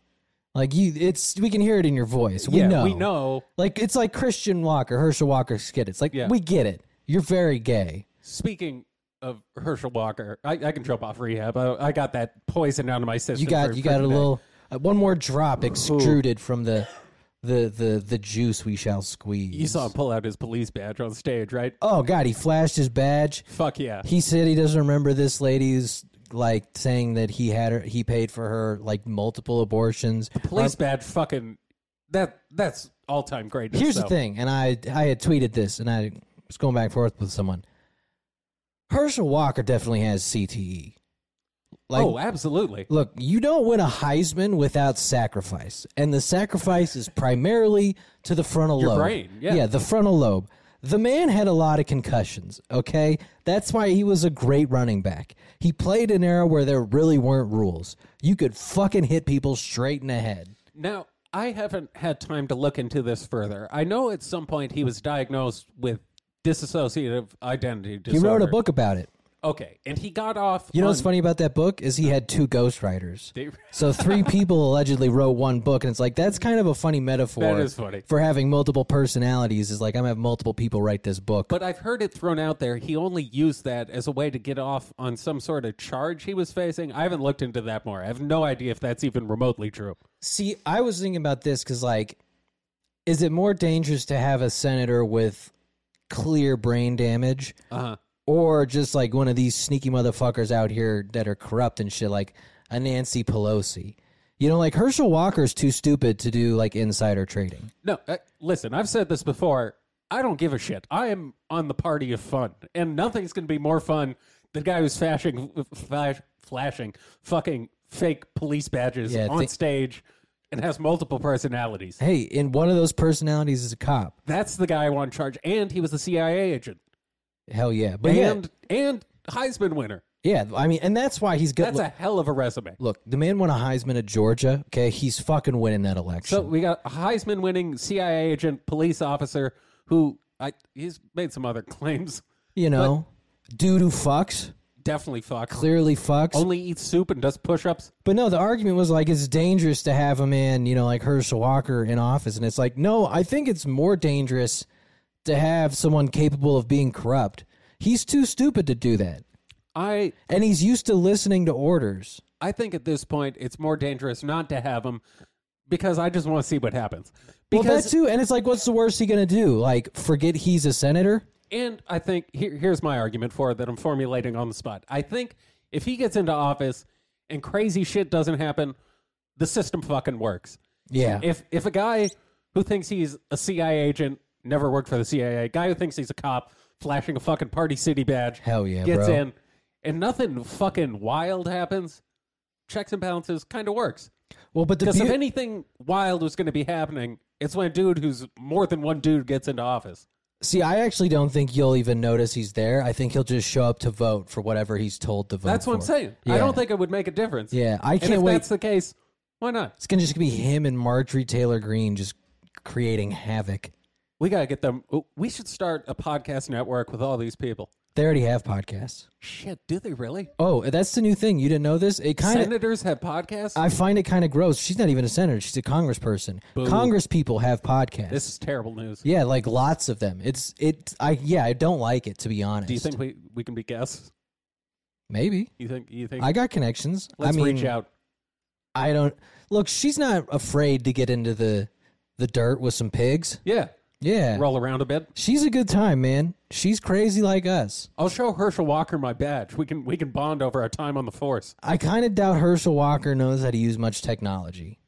Speaker 1: Like you, it's we can hear it in your voice. We
Speaker 2: yeah,
Speaker 1: know.
Speaker 2: we know.
Speaker 1: Like it's like Christian Walker, Herschel Walker skit. It's like
Speaker 2: Yeah.
Speaker 1: we get it. You're very gay.
Speaker 2: Speaking of Herschel Walker, I, I can jump off rehab. I, I got that poison out of my system.
Speaker 1: You got
Speaker 2: for-
Speaker 1: you
Speaker 2: for
Speaker 1: got a
Speaker 2: today.
Speaker 1: little uh, one more drop extruded from the the the the juice we shall squeeze.
Speaker 2: You saw him pull out his police badge on stage, right?
Speaker 1: Oh God, he flashed his badge.
Speaker 2: Fuck yeah.
Speaker 1: He said he doesn't remember this lady's like saying that he had her, he paid for her like multiple abortions.
Speaker 2: Police badge, fucking that. That's all time greatness.
Speaker 1: Uh, Here's
Speaker 2: though.
Speaker 1: the thing, and I I had tweeted this, and I was going back and forth with someone. Herschel Walker definitely has CTE. Like,
Speaker 2: oh, absolutely.
Speaker 1: look, you don't win a Heisman without sacrifice, and the sacrifice is primarily to the frontal lobe.
Speaker 2: brain, yeah.
Speaker 1: yeah, the frontal lobe. The man had a lot of concussions. Okay, that's why he was a great running back. He played an era where there really weren't rules. You could fucking hit people straight in the head.
Speaker 2: Now, I haven't had time to look into this further. I know at some point he was diagnosed with disassociative identity
Speaker 1: He
Speaker 2: disorder.
Speaker 1: wrote a book about it.
Speaker 2: Okay, and he got off.
Speaker 1: You know
Speaker 2: on-
Speaker 1: what's funny about that book is he had two ghostwriters.
Speaker 2: They-
Speaker 1: So three people allegedly wrote one book, and it's like that's kind of a funny metaphor.
Speaker 2: That is funny.
Speaker 1: for having multiple personalities. Is like I'm gonna have multiple people write this book.
Speaker 2: But I've heard it thrown out there. He only used that as a way to get off on some sort of charge he was facing. I haven't looked into that more. I have no idea if that's even remotely true.
Speaker 1: See, I was thinking about this because, like, is it more dangerous to have a senator with clear brain damage,
Speaker 2: Uh-huh.
Speaker 1: or just like one of these sneaky motherfuckers out here that are corrupt and shit, like a Nancy Pelosi? You know, like Herschel Walker's too stupid to do like insider trading.
Speaker 2: No, uh, listen, I've said this before. I don't give a shit. I am on the party of fun, and nothing's going to be more fun than the guy who's flashing, flash, flashing fucking fake police badges
Speaker 1: Yeah,
Speaker 2: on
Speaker 1: thi-
Speaker 2: stage and has multiple personalities.
Speaker 1: Hey, and one of those personalities is a cop.
Speaker 2: That's the guy I want in charge, and he was a CIA agent
Speaker 1: Hell yeah, but yeah,
Speaker 2: and and Heisman winner.
Speaker 1: yeah. I mean, and that's why he's good.
Speaker 2: That's
Speaker 1: look,
Speaker 2: a hell of a resume.
Speaker 1: look, the man won a Heisman at Georgia. Okay, he's fucking winning that election.
Speaker 2: So we got a Heisman winning CIA agent, police officer who I he's made some other claims.
Speaker 1: you know, dude who fucks
Speaker 2: Definitely fuck.
Speaker 1: clearly fucks.
Speaker 2: Only eats soup and does push-ups.
Speaker 1: But no, the argument was like it's dangerous to have a man, you know, like Herschel Walker in office, and it's like no, I think it's more dangerous to have someone capable of being corrupt. He's too stupid to do that,
Speaker 2: I
Speaker 1: and he's used to listening to orders.
Speaker 2: I think at this point it's more dangerous not to have him because I just want to see what happens. Because
Speaker 1: well, that too, and it's like, what's the worst he gonna do? Like, forget he's a senator?
Speaker 2: and I think here, here's my argument for it that I'm formulating on the spot. I think if he gets into office and crazy shit doesn't happen, the system fucking works.
Speaker 1: Yeah,
Speaker 2: If if a guy who thinks he's a CIA agent never worked for the CIA, guy who thinks he's a cop flashing a fucking Party City badge,
Speaker 1: Hell yeah,
Speaker 2: gets
Speaker 1: bro.
Speaker 2: in, and nothing fucking wild happens. Checks and balances kind of works.
Speaker 1: Well, but the
Speaker 2: Because
Speaker 1: beau-
Speaker 2: if anything wild was going to be happening, it's when a dude who's more than one dude gets into office.
Speaker 1: see, I actually don't think you'll even notice he's there. I think he'll just show up to vote for whatever he's told to vote.
Speaker 2: That's what I'm
Speaker 1: for.
Speaker 2: saying. I
Speaker 1: Yeah.
Speaker 2: don't think it would make a difference.
Speaker 1: Yeah, I
Speaker 2: and if
Speaker 1: can't wait.
Speaker 2: that's the case, why not?
Speaker 1: It's gonna just be him and Marjorie Taylor Greene just creating havoc.
Speaker 2: We got to get them. We should start a podcast network with all these people.
Speaker 1: They already have podcasts.
Speaker 2: Shit, do they really?
Speaker 1: Oh, that's the new thing. You didn't know this? It kind of.
Speaker 2: Senators have podcasts?
Speaker 1: I find it kind of gross. She's not even a senator. She's a congressperson. Congress people have podcasts.
Speaker 2: this is terrible news.
Speaker 1: yeah, like lots of them. It's it. I yeah, I don't like it to be honest.
Speaker 2: Do you think we, we can be guests?
Speaker 1: maybe
Speaker 2: You think you think
Speaker 1: I got connections? I
Speaker 2: let's
Speaker 1: mean,
Speaker 2: reach out.
Speaker 1: I don't look. She's not afraid to get into the the dirt with some pigs.
Speaker 2: Yeah.
Speaker 1: Yeah,
Speaker 2: Roll around a bit.
Speaker 1: she's a good time, man. She's crazy like us.
Speaker 2: I'll show Herschel Walker my badge. We can we can bond over our time on the force.
Speaker 1: I kind of doubt Herschel Walker knows how to use much technology.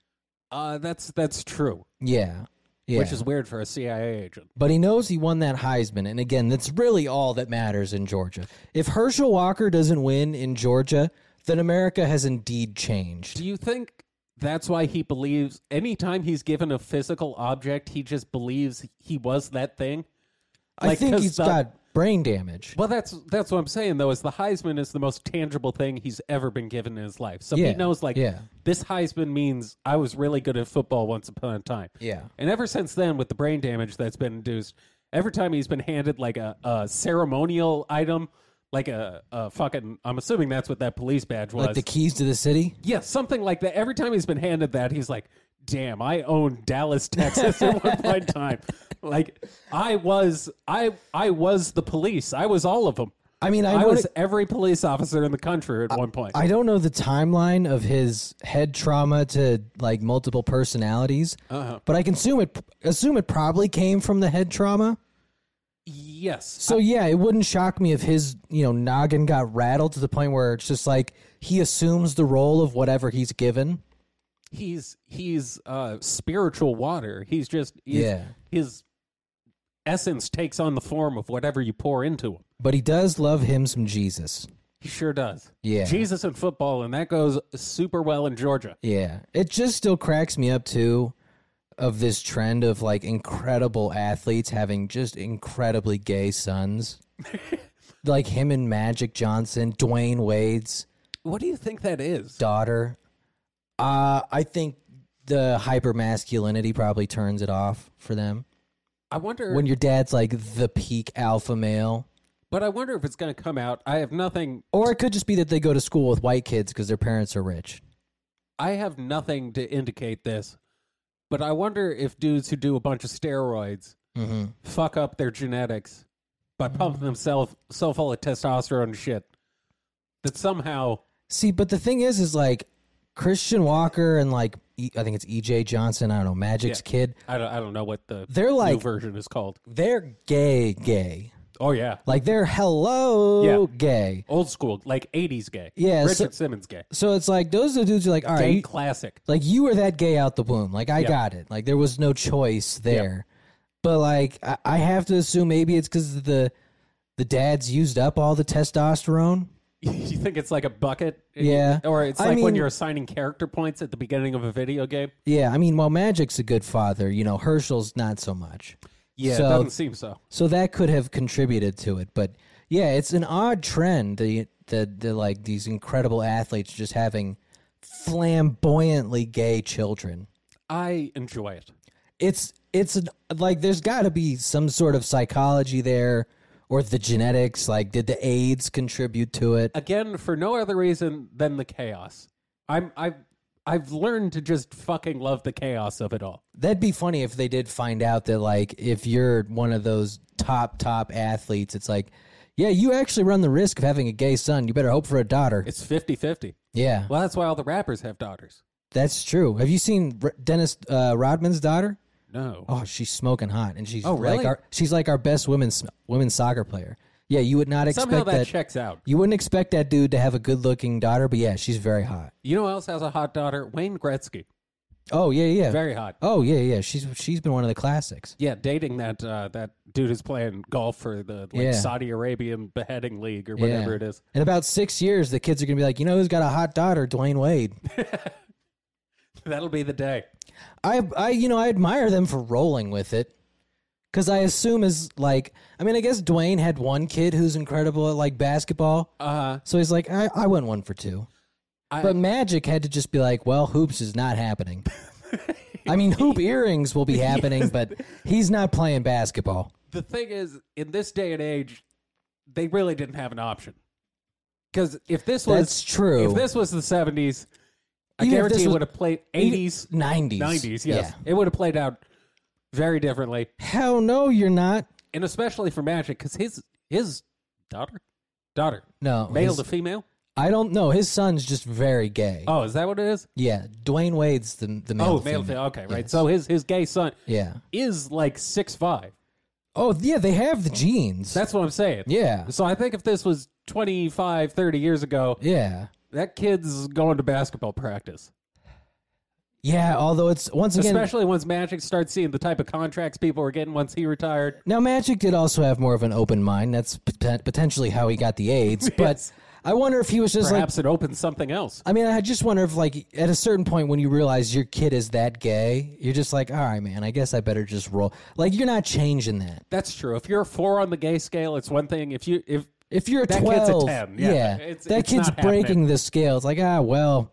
Speaker 2: Uh that's that's true.
Speaker 1: Yeah. Yeah.
Speaker 2: Which is weird for a CIA agent.
Speaker 1: but he knows he won that Heisman. And again, that's really all that matters in Georgia. If Herschel Walker doesn't win in Georgia, then America has indeed changed.
Speaker 2: Do you think that's why he believes anytime he's given a physical object, he just believes he was that thing?
Speaker 1: I think
Speaker 2: because
Speaker 1: he's
Speaker 2: the,
Speaker 1: got brain damage.
Speaker 2: Well, that's that's what I'm saying though. Is the Heisman is the most tangible thing he's ever been given in his life. So
Speaker 1: Yeah,
Speaker 2: he knows like
Speaker 1: yeah.
Speaker 2: this Heisman means I was really good at football once upon a time.
Speaker 1: Yeah.
Speaker 2: And ever since then, with the brain damage that's been induced, every time he's been handed like a, a ceremonial item, like a, a fucking I'm assuming that's what that police badge was.
Speaker 1: Like the keys to the city.
Speaker 2: yeah, something like that. Every time he's been handed that, he's like, "Damn, I own Dallas, Texas at one point in time. Like I was, I I was the police. I was all of them."
Speaker 1: I mean, I,
Speaker 2: I
Speaker 1: wanna-
Speaker 2: was every police officer in the country at one point.
Speaker 1: I don't know the timeline of his head trauma to like multiple personalities, but I can assume it assume it probably came from the head trauma.
Speaker 2: yes.
Speaker 1: So yeah, it wouldn't shock me if his you know noggin got rattled to the point where it's just like he assumes the role of whatever he's given.
Speaker 2: He's he's uh spiritual water. He's just he's,
Speaker 1: Yeah.
Speaker 2: his essence takes on the form of whatever you pour into him.
Speaker 1: But he does love him some Jesus.
Speaker 2: He sure does.
Speaker 1: Yeah.
Speaker 2: Jesus and football and that goes super well in Georgia.
Speaker 1: Yeah, it just still cracks me up too of this trend of like incredible athletes having just incredibly gay sons. like him and Magic Johnson, Dwayne Wade's
Speaker 2: What do you think that is?
Speaker 1: daughter. Uh I think the hyper masculinity probably turns it off for them.
Speaker 2: I wonder
Speaker 1: When your dad's like the peak alpha male.
Speaker 2: but I wonder if it's going to come out. I have nothing
Speaker 1: Or it could just be that they go to school with white kids because their parents are rich.
Speaker 2: I have nothing to indicate this. But I wonder if dudes who do a bunch of steroids
Speaker 1: Mm-hmm.
Speaker 2: fuck up their genetics by pumping themselves so full of testosterone and shit that somehow
Speaker 1: See, but the thing is, is like Christian Walker and like e- I think it's EJ Johnson. I don't know Magic's
Speaker 2: Yeah.
Speaker 1: kid.
Speaker 2: I don't, I don't know what the
Speaker 1: They're
Speaker 2: new
Speaker 1: like
Speaker 2: version is called.
Speaker 1: they're gay, gay.
Speaker 2: Oh yeah,
Speaker 1: Like they're hello
Speaker 2: Yeah.
Speaker 1: gay.
Speaker 2: old school, like '80s gay.
Speaker 1: Yeah, so-
Speaker 2: Richard Simmons gay,
Speaker 1: So it's like those are the dudes. You're like, all
Speaker 2: gay
Speaker 1: right,
Speaker 2: classic.
Speaker 1: like you were that gay out the womb. Like I
Speaker 2: Yeah.
Speaker 1: got it. Like there was no choice there. But like I, I have to assume maybe it's because the the dad's used up all the testosterone.
Speaker 2: you think it's like a bucket?
Speaker 1: Yeah.
Speaker 2: or it's
Speaker 1: I
Speaker 2: like when
Speaker 1: mean-
Speaker 2: you're assigning character points at the beginning of a video game.
Speaker 1: Yeah, I mean, while Magic's a good father, you know, Herschel's not so much.
Speaker 2: Yeah,
Speaker 1: So-
Speaker 2: it doesn't seem so.
Speaker 1: So that could have contributed to it, but yeah, it's an odd trend. The the, the like these incredible athletes just having flamboyantly gay children.
Speaker 2: I enjoy it.
Speaker 1: It's it's an, like there's got to be some sort of psychology there, or the genetics. Like, did the AIDS contribute to it?
Speaker 2: again for no other reason than the chaos. I'm I've I've learned to just fucking love the chaos of it all.
Speaker 1: That'd be funny if they did find out that like if you're one of those top top athletes, it's like, yeah, you actually run the risk of having a gay son. You better hope for a daughter.
Speaker 2: It's 50-50.
Speaker 1: yeah.
Speaker 2: Well, that's why all the rappers have daughters.
Speaker 1: That's true. Have you seen R- Dennis uh, Rodman's daughter?
Speaker 2: No.
Speaker 1: Oh, she's smoking hot, and she's
Speaker 2: Oh, really?
Speaker 1: like our she's like our best women's women's soccer player. Yeah, you would not expect
Speaker 2: Somehow that,
Speaker 1: that.
Speaker 2: checks out.
Speaker 1: you wouldn't expect that dude to have a good looking daughter, but yeah, she's very hot.
Speaker 2: You know who else has a hot daughter? Wayne Gretzky.
Speaker 1: Oh yeah, yeah.
Speaker 2: Very hot.
Speaker 1: oh yeah, yeah. She's she's been one of the classics.
Speaker 2: Yeah, dating that uh, that dude who's playing golf for the like
Speaker 1: Yeah.
Speaker 2: Saudi Arabian beheading league or whatever
Speaker 1: Yeah.
Speaker 2: it is.
Speaker 1: In about six years, the kids are gonna be like, you know, who's got a hot daughter? Dwayne Wade.
Speaker 2: That'll be the day.
Speaker 1: I, I, you know, I admire them for rolling with it, because I assume is like, I mean, I guess Dwayne had one kid who's incredible at like basketball.
Speaker 2: Uh
Speaker 1: So he's like, I, I went one for two.
Speaker 2: I-
Speaker 1: but Magic had to just be like, well, hoops is not happening. I mean, hoop earrings will be happening, but he's not playing basketball.
Speaker 2: the thing is, in this day and age, they really didn't have an option. Because if this was
Speaker 1: That's true.
Speaker 2: If this was the 70s, I
Speaker 1: Even if
Speaker 2: guarantee
Speaker 1: this
Speaker 2: it
Speaker 1: was-
Speaker 2: would have played 80s,
Speaker 1: 90s.
Speaker 2: 90s. Yes, it would have played out very differently,
Speaker 1: Yeah. Hell no, you're not.
Speaker 2: and especially for Magic, because his his daughter, daughter,
Speaker 1: No.
Speaker 2: male
Speaker 1: his-
Speaker 2: to female.
Speaker 1: I don't know. His son's just very gay.
Speaker 2: Oh, is that what it is?
Speaker 1: Yeah. Dwayne Wade's the, the male.
Speaker 2: Oh,
Speaker 1: to
Speaker 2: male
Speaker 1: female.
Speaker 2: to female. Okay, right. So his his gay son
Speaker 1: Yeah.
Speaker 2: is like six five.
Speaker 1: Oh, yeah, they have the genes.
Speaker 2: That's what I'm saying.
Speaker 1: yeah.
Speaker 2: So I think if this was 25, 30 years ago,
Speaker 1: Yeah.
Speaker 2: that kid's going to basketball practice.
Speaker 1: Yeah, although it's, once again,
Speaker 2: Especially once Magic starts seeing the type of contracts people were getting once he retired.
Speaker 1: Now, Magic did also have more of an open mind. That's pot- potentially how he got the AIDS. But I wonder if he was just like
Speaker 2: Perhaps it opens something else.
Speaker 1: I mean, I just wonder if, like, at a certain point when you realize your kid is that gay, you're just like, all right, man, I guess I better just roll. Like, you're not changing that.
Speaker 2: That's true. If you're a four on the gay scale, it's one thing. If you if
Speaker 1: If you're
Speaker 2: That kid's a
Speaker 1: 12,
Speaker 2: 10,
Speaker 1: yeah,
Speaker 2: yeah. It's-
Speaker 1: that
Speaker 2: it's
Speaker 1: kid's
Speaker 2: not happening.
Speaker 1: breaking the scale. It's like, ah, well,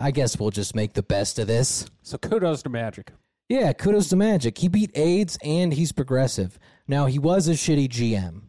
Speaker 1: I guess we'll just make the best of this.
Speaker 2: so, kudos to Magic.
Speaker 1: Yeah, kudos to Magic. He beat AIDS and he's progressive. Now, he was a shitty GM.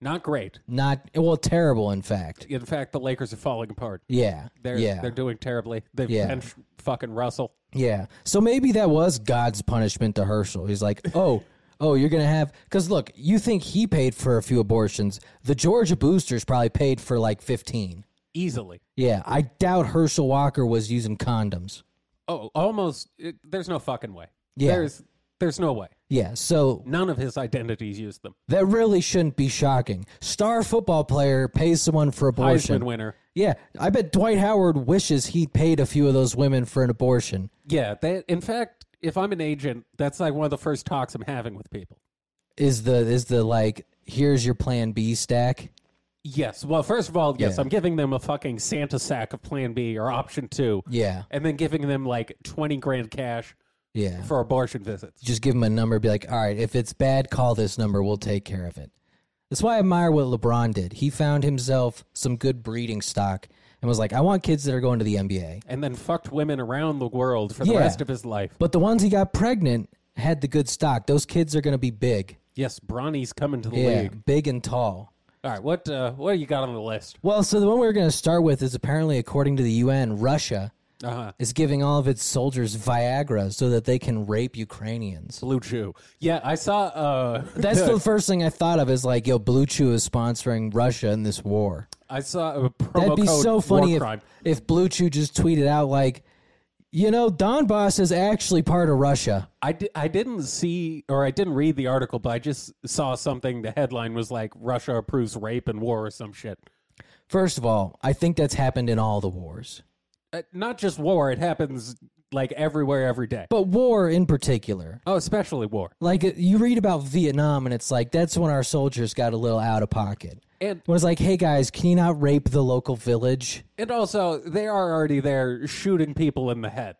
Speaker 2: Not great.
Speaker 1: Not, well, terrible, in fact.
Speaker 2: In fact, the Lakers are falling apart.
Speaker 1: Yeah.
Speaker 2: They're
Speaker 1: yeah.
Speaker 2: they're doing terribly. They've
Speaker 1: Yeah.
Speaker 2: benched fucking Russell.
Speaker 1: Yeah. So maybe that was God's punishment to Herschel. He's like, oh, oh, you're going to have. Because look, you think he paid for a few abortions. The Georgia boosters probably paid for like 15.
Speaker 2: easily.
Speaker 1: Yeah. I doubt Herschel Walker was using condoms.
Speaker 2: Oh, almost. It, there's no fucking way.
Speaker 1: Yeah.
Speaker 2: There's there's no way.
Speaker 1: Yeah. So
Speaker 2: None of his identities used them.
Speaker 1: that really shouldn't be shocking. Star football player pays someone for abortion.
Speaker 2: Heisman winner.
Speaker 1: Yeah. I bet Dwight Howard wishes he paid a few of those women for an abortion.
Speaker 2: Yeah. They, in fact, if I'm an agent, that's like one of the first talks I'm having with people.
Speaker 1: Is the, is the like, here's your plan B stack?
Speaker 2: Yes. Well, first of all, yes,
Speaker 1: Yeah.
Speaker 2: I'm giving them a fucking Santa sack of Plan B or option two,
Speaker 1: Yeah.
Speaker 2: and then giving them like twenty grand cash
Speaker 1: Yeah.
Speaker 2: for abortion visits.
Speaker 1: just give him a number, be like, all right, if it's bad, call this number. We'll take care of it. That's why I admire what LeBron did. He found himself some good breeding stock and was like, I want kids that are going to the NBA.
Speaker 2: And then fucked women around the world for the
Speaker 1: Yeah.
Speaker 2: rest of his life.
Speaker 1: But the ones he got pregnant had the good stock. Those kids are going to be big.
Speaker 2: Yes, Bronny's coming to the
Speaker 1: Yeah,
Speaker 2: league.
Speaker 1: big and tall.
Speaker 2: All right, what uh, what do you got on the list?
Speaker 1: Well, so the one we're going to start with is apparently, according to the UN, Russia
Speaker 2: Uh huh.
Speaker 1: is giving all of its soldiers Viagra so that they can rape Ukrainians.
Speaker 2: Blue Chew. Yeah, I saw. Uh,
Speaker 1: That's the first thing I thought of is like, yo, Blue Chew is sponsoring Russia in this war.
Speaker 2: I saw a promo
Speaker 1: That'd be
Speaker 2: code
Speaker 1: so funny
Speaker 2: war
Speaker 1: if,
Speaker 2: crime.
Speaker 1: if Blue Chew just tweeted out like, you know, Donbass is actually part of Russia.
Speaker 2: I, di- I didn't see or I didn't read the article, but I just saw something. The headline was like Russia approves rape and war or some shit.
Speaker 1: First of all, I think that's happened in all the wars,
Speaker 2: Uh, not just war; it happens like everywhere, every day.
Speaker 1: but war in particular.
Speaker 2: Oh, especially war.
Speaker 1: Like uh, you read about Vietnam, and it's like that's when our soldiers got a little out of pocket.
Speaker 2: And
Speaker 1: When it's like, hey guys, can you not rape the local village?
Speaker 2: and also they are already there shooting people in the head.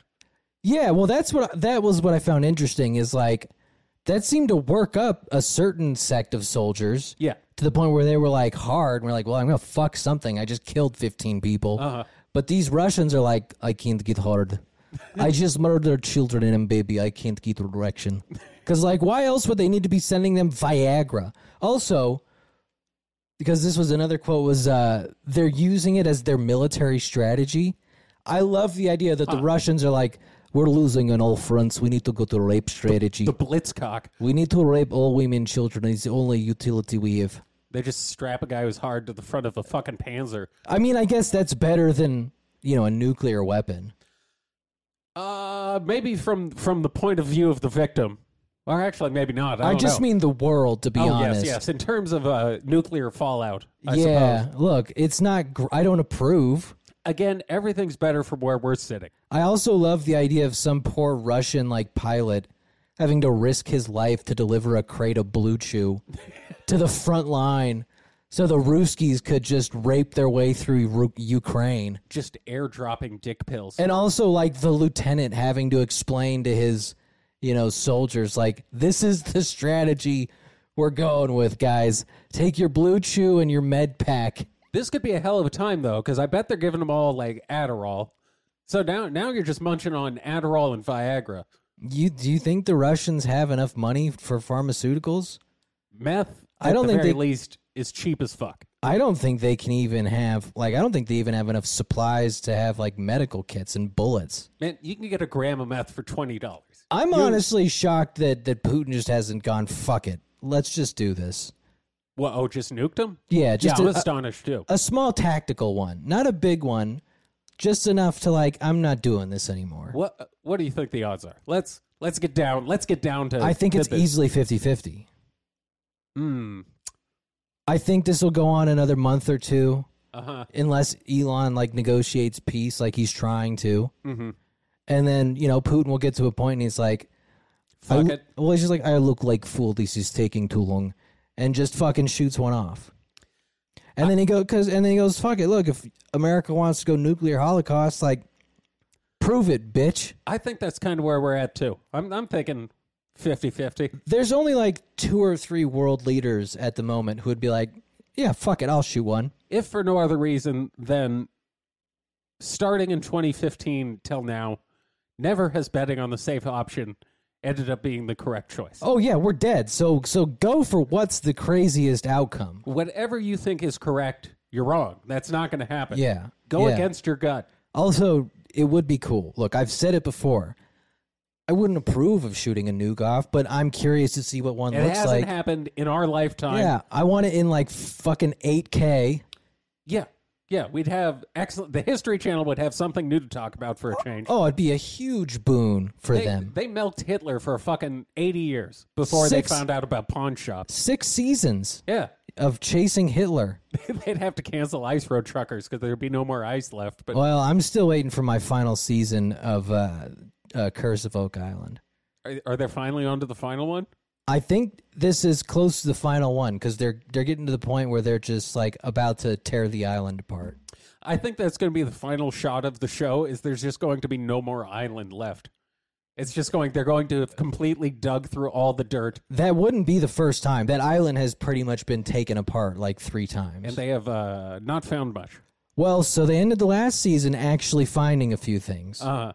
Speaker 1: Yeah, well, that's what that was what I found interesting is like that seemed to work up a certain sect of soldiers.
Speaker 2: Yeah.
Speaker 1: to the point where they were like hard and we're like, well, I'm gonna fuck something. I just killed 15 people. But these Russians are like, I can't get hard. I just murdered children and baby. I can't get erection. Because like, why else would they need to be sending them Viagra? Also, because this was another quote was uh, they're using it as their military strategy. I love the idea that the Russians are like, we're losing on all fronts. We need to go to rape strategy.
Speaker 2: The Blitzcock.
Speaker 1: we need to rape all women, children. It's the only utility we have.
Speaker 2: They just strap a guy who's hard to the front of a fucking Panzer.
Speaker 1: I mean, I guess that's better than you know a nuclear weapon.
Speaker 2: Uh, maybe from from the point of view of the victim, or actually maybe not. I,
Speaker 1: I
Speaker 2: don't
Speaker 1: just
Speaker 2: know.
Speaker 1: mean the world, to be
Speaker 2: Oh
Speaker 1: honest.
Speaker 2: yes, yes. In terms of uh, nuclear fallout, I
Speaker 1: yeah,
Speaker 2: suppose.
Speaker 1: look, it's not. Gr- I don't approve.
Speaker 2: Again, everything's better from where we're sitting.
Speaker 1: I also love the idea of some poor Russian like pilot having to risk his life to deliver a crate of blue chew to the front line, so the Ruskies could just rape their way through Ru- Ukraine.
Speaker 2: Just airdropping dick pills.
Speaker 1: And also, like the lieutenant having to explain to his, you know, soldiers, like, this is the strategy we're going with, guys. Take your blue chew and your med pack.
Speaker 2: this could be a hell of a time though, because I bet they're giving them all like Adderall. So now, now you're just munching on Adderall and Viagra.
Speaker 1: You do you think the Russians have enough money for pharmaceuticals?
Speaker 2: Meth,
Speaker 1: I
Speaker 2: at
Speaker 1: don't
Speaker 2: the
Speaker 1: think
Speaker 2: very
Speaker 1: they-
Speaker 2: least, is cheap as fuck.
Speaker 1: I don't think they can even have like I don't think they even have enough supplies to have like medical kits and bullets.
Speaker 2: Man, you can get a gram of meth for twenty dollars.
Speaker 1: I'm honestly shocked that that Putin just hasn't gone fuck it. Let's just do this.
Speaker 2: What? Oh, just nuked them?
Speaker 1: Yeah, just
Speaker 2: yeah, I'm
Speaker 1: a-
Speaker 2: astonished too.
Speaker 1: a small tactical one, not a big one, just enough to like I'm not doing this anymore.
Speaker 2: What? What do you think the odds are? Let's let's get down. Let's get down to.
Speaker 1: I think it's
Speaker 2: easy.
Speaker 1: easily 50-50.
Speaker 2: Hmm,
Speaker 1: I think this will go on another month or two
Speaker 2: Uh huh.
Speaker 1: unless Elon like negotiates peace like he's trying to. Mm-hmm. And then, you know, Putin will get to a point and he's like I
Speaker 2: Fuck
Speaker 1: l-
Speaker 2: it.
Speaker 1: Well, he's just like I look like fool this is taking too long and just fucking shoots one off. And then he go cause, and then he goes, "Fuck it! Look, if America wants to go nuclear holocaust, like, prove it, bitch."
Speaker 2: I think that's kind of where we're at too. I'm I'm thinking 50-50.
Speaker 1: There's only like two or three world leaders at the moment who would be like, "Yeah, fuck it, I'll shoot one."
Speaker 2: If for no other reason than starting in 2015 till now, never has betting on the safe option ended up being the correct choice.
Speaker 1: Oh yeah, we're dead. So so go for what's the craziest outcome.
Speaker 2: Whatever you think is correct, you're wrong. That's not going to happen.
Speaker 1: Yeah,
Speaker 2: Go
Speaker 1: yeah.
Speaker 2: against your gut.
Speaker 1: Also, it would be cool. Look, I've said it before. I wouldn't approve of shooting a nuke off, but I'm curious to see what one
Speaker 2: It
Speaker 1: looks
Speaker 2: hasn't
Speaker 1: like.
Speaker 2: happened in our lifetime.
Speaker 1: Yeah, I want it in like fucking 8K.
Speaker 2: Yeah. Yeah, we'd have excellent. The History Channel would have something new to talk about for a change.
Speaker 1: Oh, it'd be a huge boon for
Speaker 2: they,
Speaker 1: them.
Speaker 2: they milked Hitler for fucking 80 years before
Speaker 1: Six-
Speaker 2: they found out about pawn shops.
Speaker 1: Six seasons
Speaker 2: Yeah.
Speaker 1: of chasing Hitler.
Speaker 2: They'd have to cancel Ice Road Truckers because there'd be no more ice left. But
Speaker 1: Well, I'm still waiting for my final season of uh, uh, Curse of Oak Island.
Speaker 2: are, are they finally on to the final one?
Speaker 1: I think this is close to the final one because they're they're getting to the point where they're just like about to tear the island apart.
Speaker 2: I think that's going to be the final shot of the show. Is there's just going to be no more island left. It's just going. They're going to have completely dug through all the dirt,
Speaker 1: That wouldn't be the first time. That island has pretty much been taken apart like three times.
Speaker 2: and they have uh, not found much.
Speaker 1: well, so they ended the last season actually finding a few things.
Speaker 2: Uh,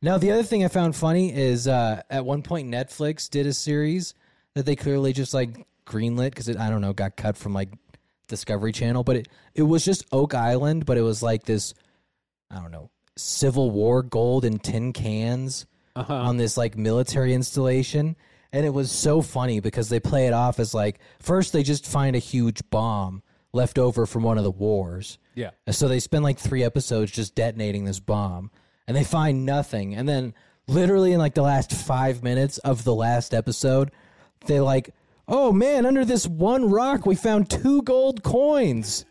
Speaker 1: now, the other thing I found funny is uh, at one point Netflix did a series that they clearly just like greenlit because it I don't know got cut from like Discovery Channel, but it it was just Oak Island, but it was like this I don't know Civil War gold in tin cans.
Speaker 2: uh-huh.
Speaker 1: on this like military installation and it was so funny because they play it off as like first they just find a huge bomb left over from one of the wars
Speaker 2: Yeah.
Speaker 1: And so they spend like three episodes just detonating this bomb and they find nothing and then literally in like the last five minutes of the last episode they like oh man under this one rock we found two gold coins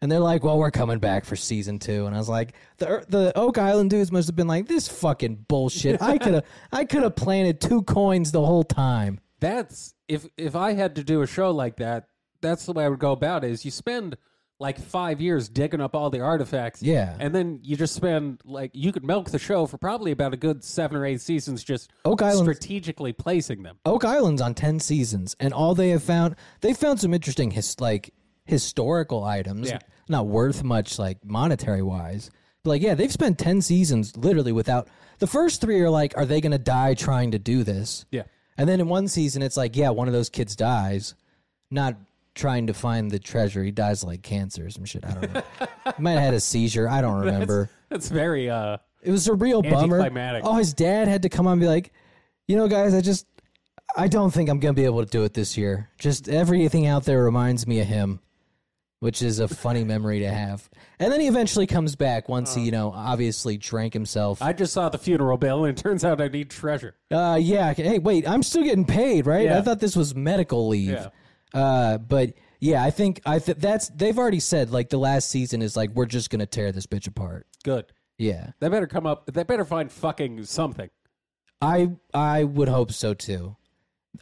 Speaker 1: and they're like well we're coming back for season two and i was like the Ear- the oak island dudes must have been like this fucking bullshit i could have i could have planted two coins the whole time
Speaker 2: that's if if I had to do a show like that, that's the way I would go about it. Is you spend like five years digging up all the artifacts,
Speaker 1: Yeah.
Speaker 2: and then you just spend like you could milk the show for probably about a good seven or eight seasons just
Speaker 1: Oak Island's-
Speaker 2: strategically placing them.
Speaker 1: Oak Island's on ten seasons, and all they have found they found some interesting his like historical items,
Speaker 2: Yeah.
Speaker 1: not worth much like monetary wise. But like, yeah, they've spent ten seasons literally without the first three are like, are they going to die trying to do this?
Speaker 2: Yeah,
Speaker 1: And then in one season, it's like, yeah, one of those kids dies, not trying to find the treasure. He dies like cancer or some shit. I don't know. he might have had a seizure. I don't remember.
Speaker 2: that's very uh.
Speaker 1: It was a real bummer.
Speaker 2: Anticlimactic.
Speaker 1: Oh, his dad had to come on and be like, you know, guys, I just, I don't think I'm going to be able to do it this year. Just everything out there reminds me of him, which is a funny memory to have. And then he eventually comes back once he, you know, obviously drank himself.
Speaker 2: Uh. I just saw the funeral bill, and it turns out I need treasure.
Speaker 1: uh, yeah. okay, Hey, wait, I'm still getting paid, right?
Speaker 2: Yeah.
Speaker 1: I thought this was medical leave.
Speaker 2: Yeah.
Speaker 1: Uh, but yeah, I think I th- that's they've already said like the last season is like we're just gonna tear this bitch apart.
Speaker 2: Good.
Speaker 1: Yeah.
Speaker 2: They better come up. They better find fucking something.
Speaker 1: I I would hope so too.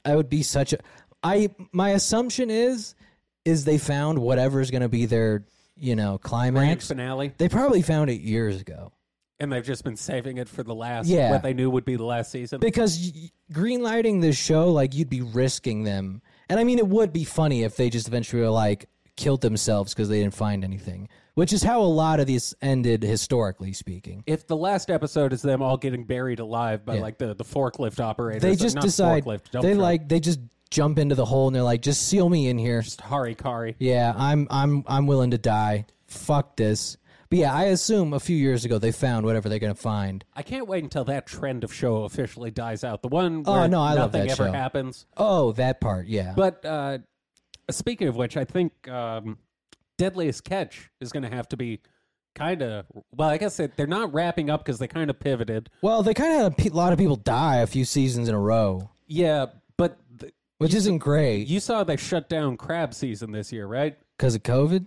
Speaker 1: I would be such a I my assumption is is they found whatever's going to be their, you know,
Speaker 2: Grand
Speaker 1: climax.
Speaker 2: finale,
Speaker 1: They probably found it years ago.
Speaker 2: and they've just been saving it for the last.
Speaker 1: Yeah.
Speaker 2: what they knew would be the last season.
Speaker 1: Because y- green lighting this show like you'd be risking them. And I mean it would be funny if they just eventually were like killed themselves because they didn't find anything, which is how a lot of these ended historically speaking.
Speaker 2: if the last episode is them all getting buried alive by
Speaker 1: Yeah.
Speaker 2: like the, the forklift operator,
Speaker 1: They just
Speaker 2: not
Speaker 1: decide
Speaker 2: forklift, dump
Speaker 1: they
Speaker 2: truck,
Speaker 1: like they just jump into the hole and they're like just seal me in here.
Speaker 2: just hari kari.
Speaker 1: Yeah, I'm I'm I'm willing to die. Fuck this. But yeah, I assume a few years ago they found whatever they're gonna find.
Speaker 2: I can't wait until that trend of show officially dies out. The one
Speaker 1: Oh,
Speaker 2: where
Speaker 1: no, I
Speaker 2: nothing
Speaker 1: love that
Speaker 2: ever
Speaker 1: show.
Speaker 2: happens.
Speaker 1: Oh, that part, yeah.
Speaker 2: But uh, speaking of which, I think um, Deadliest Catch is going to have to be kind of well. I guess they- they're not wrapping up because they kind of pivoted.
Speaker 1: well, they kind of had a pe- lot of people die a few seasons in a row,
Speaker 2: Yeah, but th-
Speaker 1: which isn't great
Speaker 2: you saw they shut down crab season this year, right?
Speaker 1: because of COVID.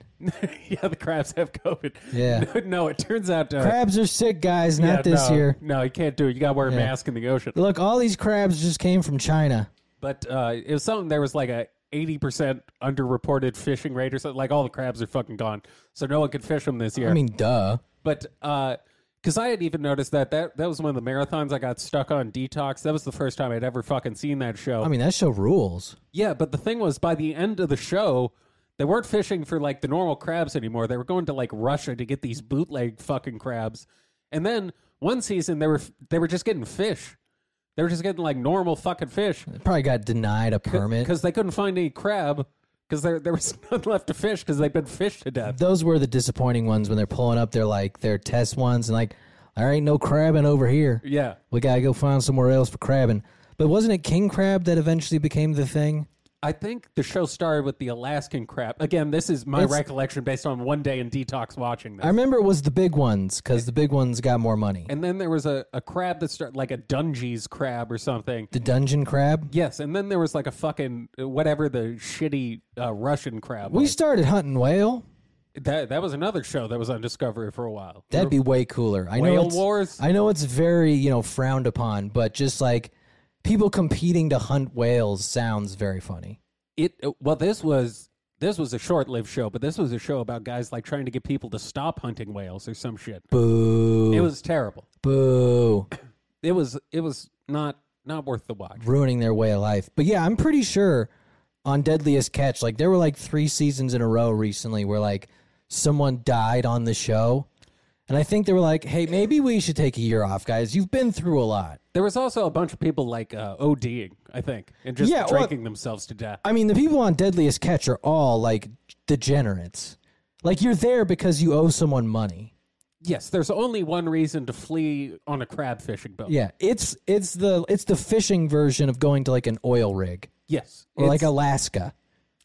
Speaker 2: yeah, the crabs have COVID.
Speaker 1: Yeah.
Speaker 2: no, no, it turns out uh,
Speaker 1: Crabs are sick, guys. Not
Speaker 2: Yeah,
Speaker 1: this
Speaker 2: no,
Speaker 1: year.
Speaker 2: No, you can't do it. You got to wear a mask in the ocean.
Speaker 1: Look, all these crabs just came from China.
Speaker 2: But uh, it was something. There was like a 80% underreported fishing rate or something. Like all the crabs are fucking gone. So no one could fish them this year.
Speaker 1: I mean, duh.
Speaker 2: But because I had even noticed that, that that was one of the marathons I got stuck on detox. That was the first time I'd ever fucking seen that show.
Speaker 1: I mean, that show rules.
Speaker 2: yeah, but the thing was, by the end of the show, they weren't fishing for like the normal crabs anymore. They were going to like Russia to get these bootleg fucking crabs. And then one season they were they were just getting fish. They were just getting like normal fucking fish
Speaker 1: It probably got denied a permit.
Speaker 2: because they couldn't find any crab because there there was none left to fish because they'd been fished to death.
Speaker 1: Those were the disappointing ones when they're pulling up their like their test ones and like, there ain't no crabbing over here.
Speaker 2: Yeah,
Speaker 1: We gotta go find somewhere else for crabbing. But wasn't it king crab that eventually became the thing?
Speaker 2: I think the show started with the Alaskan crab. Again, this is my
Speaker 1: It's-
Speaker 2: recollection based on one day in detox watching this.
Speaker 1: I remember it was the big ones because the big ones got more money.
Speaker 2: and then there was a, a crab that started like a Dungeness crab or something.
Speaker 1: The dungeon crab.
Speaker 2: Yes, and then there was like a fucking uh, whatever the shitty uh, Russian crab.
Speaker 1: We
Speaker 2: was.
Speaker 1: started hunting whale.
Speaker 2: that that was another show that was on Discovery for a while.
Speaker 1: That'd be way cooler. I know
Speaker 2: Whale
Speaker 1: it's,
Speaker 2: Wars?
Speaker 1: I know it's very you know frowned upon, but just like people competing to hunt whales sounds very funny.
Speaker 2: It uh, well, this was this was a short-lived show, but this was a show about guys like trying to get people to stop hunting whales or some shit.
Speaker 1: Boo,
Speaker 2: It was terrible.
Speaker 1: boo,
Speaker 2: It was it was not not worth the watch.
Speaker 1: ruining their way of life. But yeah, I'm pretty sure on Deadliest Catch, like there were like three seasons in a row recently where like someone died on the show, and I think they were like, hey, maybe we should take a year off, guys. You've been through a lot.
Speaker 2: There was also a bunch of people like uh, ODing, I think, and just
Speaker 1: Yeah, well-
Speaker 2: drinking themselves to death.
Speaker 1: I mean, the people on Deadliest Catch are all like degenerates. Like you're there because you owe someone money.
Speaker 2: Yes, there's only one reason to flee on a crab fishing boat.
Speaker 1: Yeah, it's it's the it's the fishing version of going to like an oil rig
Speaker 2: Yes,
Speaker 1: or
Speaker 2: it's,
Speaker 1: like Alaska.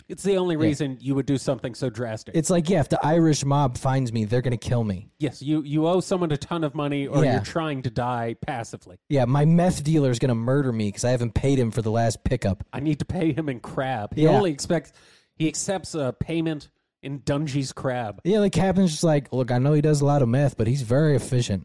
Speaker 2: it's the only reason you would do something so drastic.
Speaker 1: It's like yeah, if the Irish mob finds me, they're gonna kill me.
Speaker 2: yes, you you owe someone a ton of money, or
Speaker 1: Yeah.
Speaker 2: you're trying to die passively.
Speaker 1: Yeah, my meth dealer is gonna murder me because I haven't paid him for the last pickup.
Speaker 2: I need to pay him in crab. He
Speaker 1: Yeah.
Speaker 2: only expects he accepts a payment in Dungy's crab.
Speaker 1: Yeah, the captain's just like, look, I know he does a lot of meth, but he's very efficient.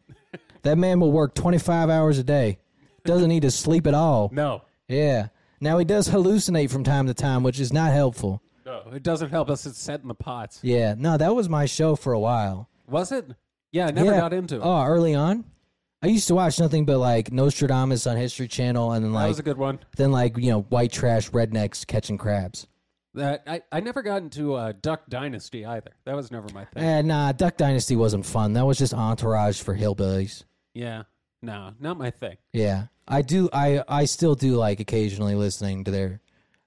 Speaker 1: that man will work twenty five hours a day. Doesn't need to sleep at all.
Speaker 2: No,
Speaker 1: Yeah. Now he does hallucinate from time to time, which is not helpful.
Speaker 2: no, it doesn't help us. It's set in the pots.
Speaker 1: Yeah. No, that was my show for a while.
Speaker 2: Was it? Yeah, I never
Speaker 1: yeah.
Speaker 2: got into it.
Speaker 1: Oh, early on? I used to watch nothing but like Nostradamus on History Channel and then
Speaker 2: that
Speaker 1: like
Speaker 2: was a good one.
Speaker 1: then like, you know, white trash rednecks catching crabs.
Speaker 2: That I, I never got into uh, Duck Dynasty either. That was never my thing.
Speaker 1: And Eh, nah, Duck Dynasty wasn't fun. That was just entourage for hillbillies.
Speaker 2: Yeah, no, not my thing.
Speaker 1: Yeah. I do I I still do like occasionally listening to their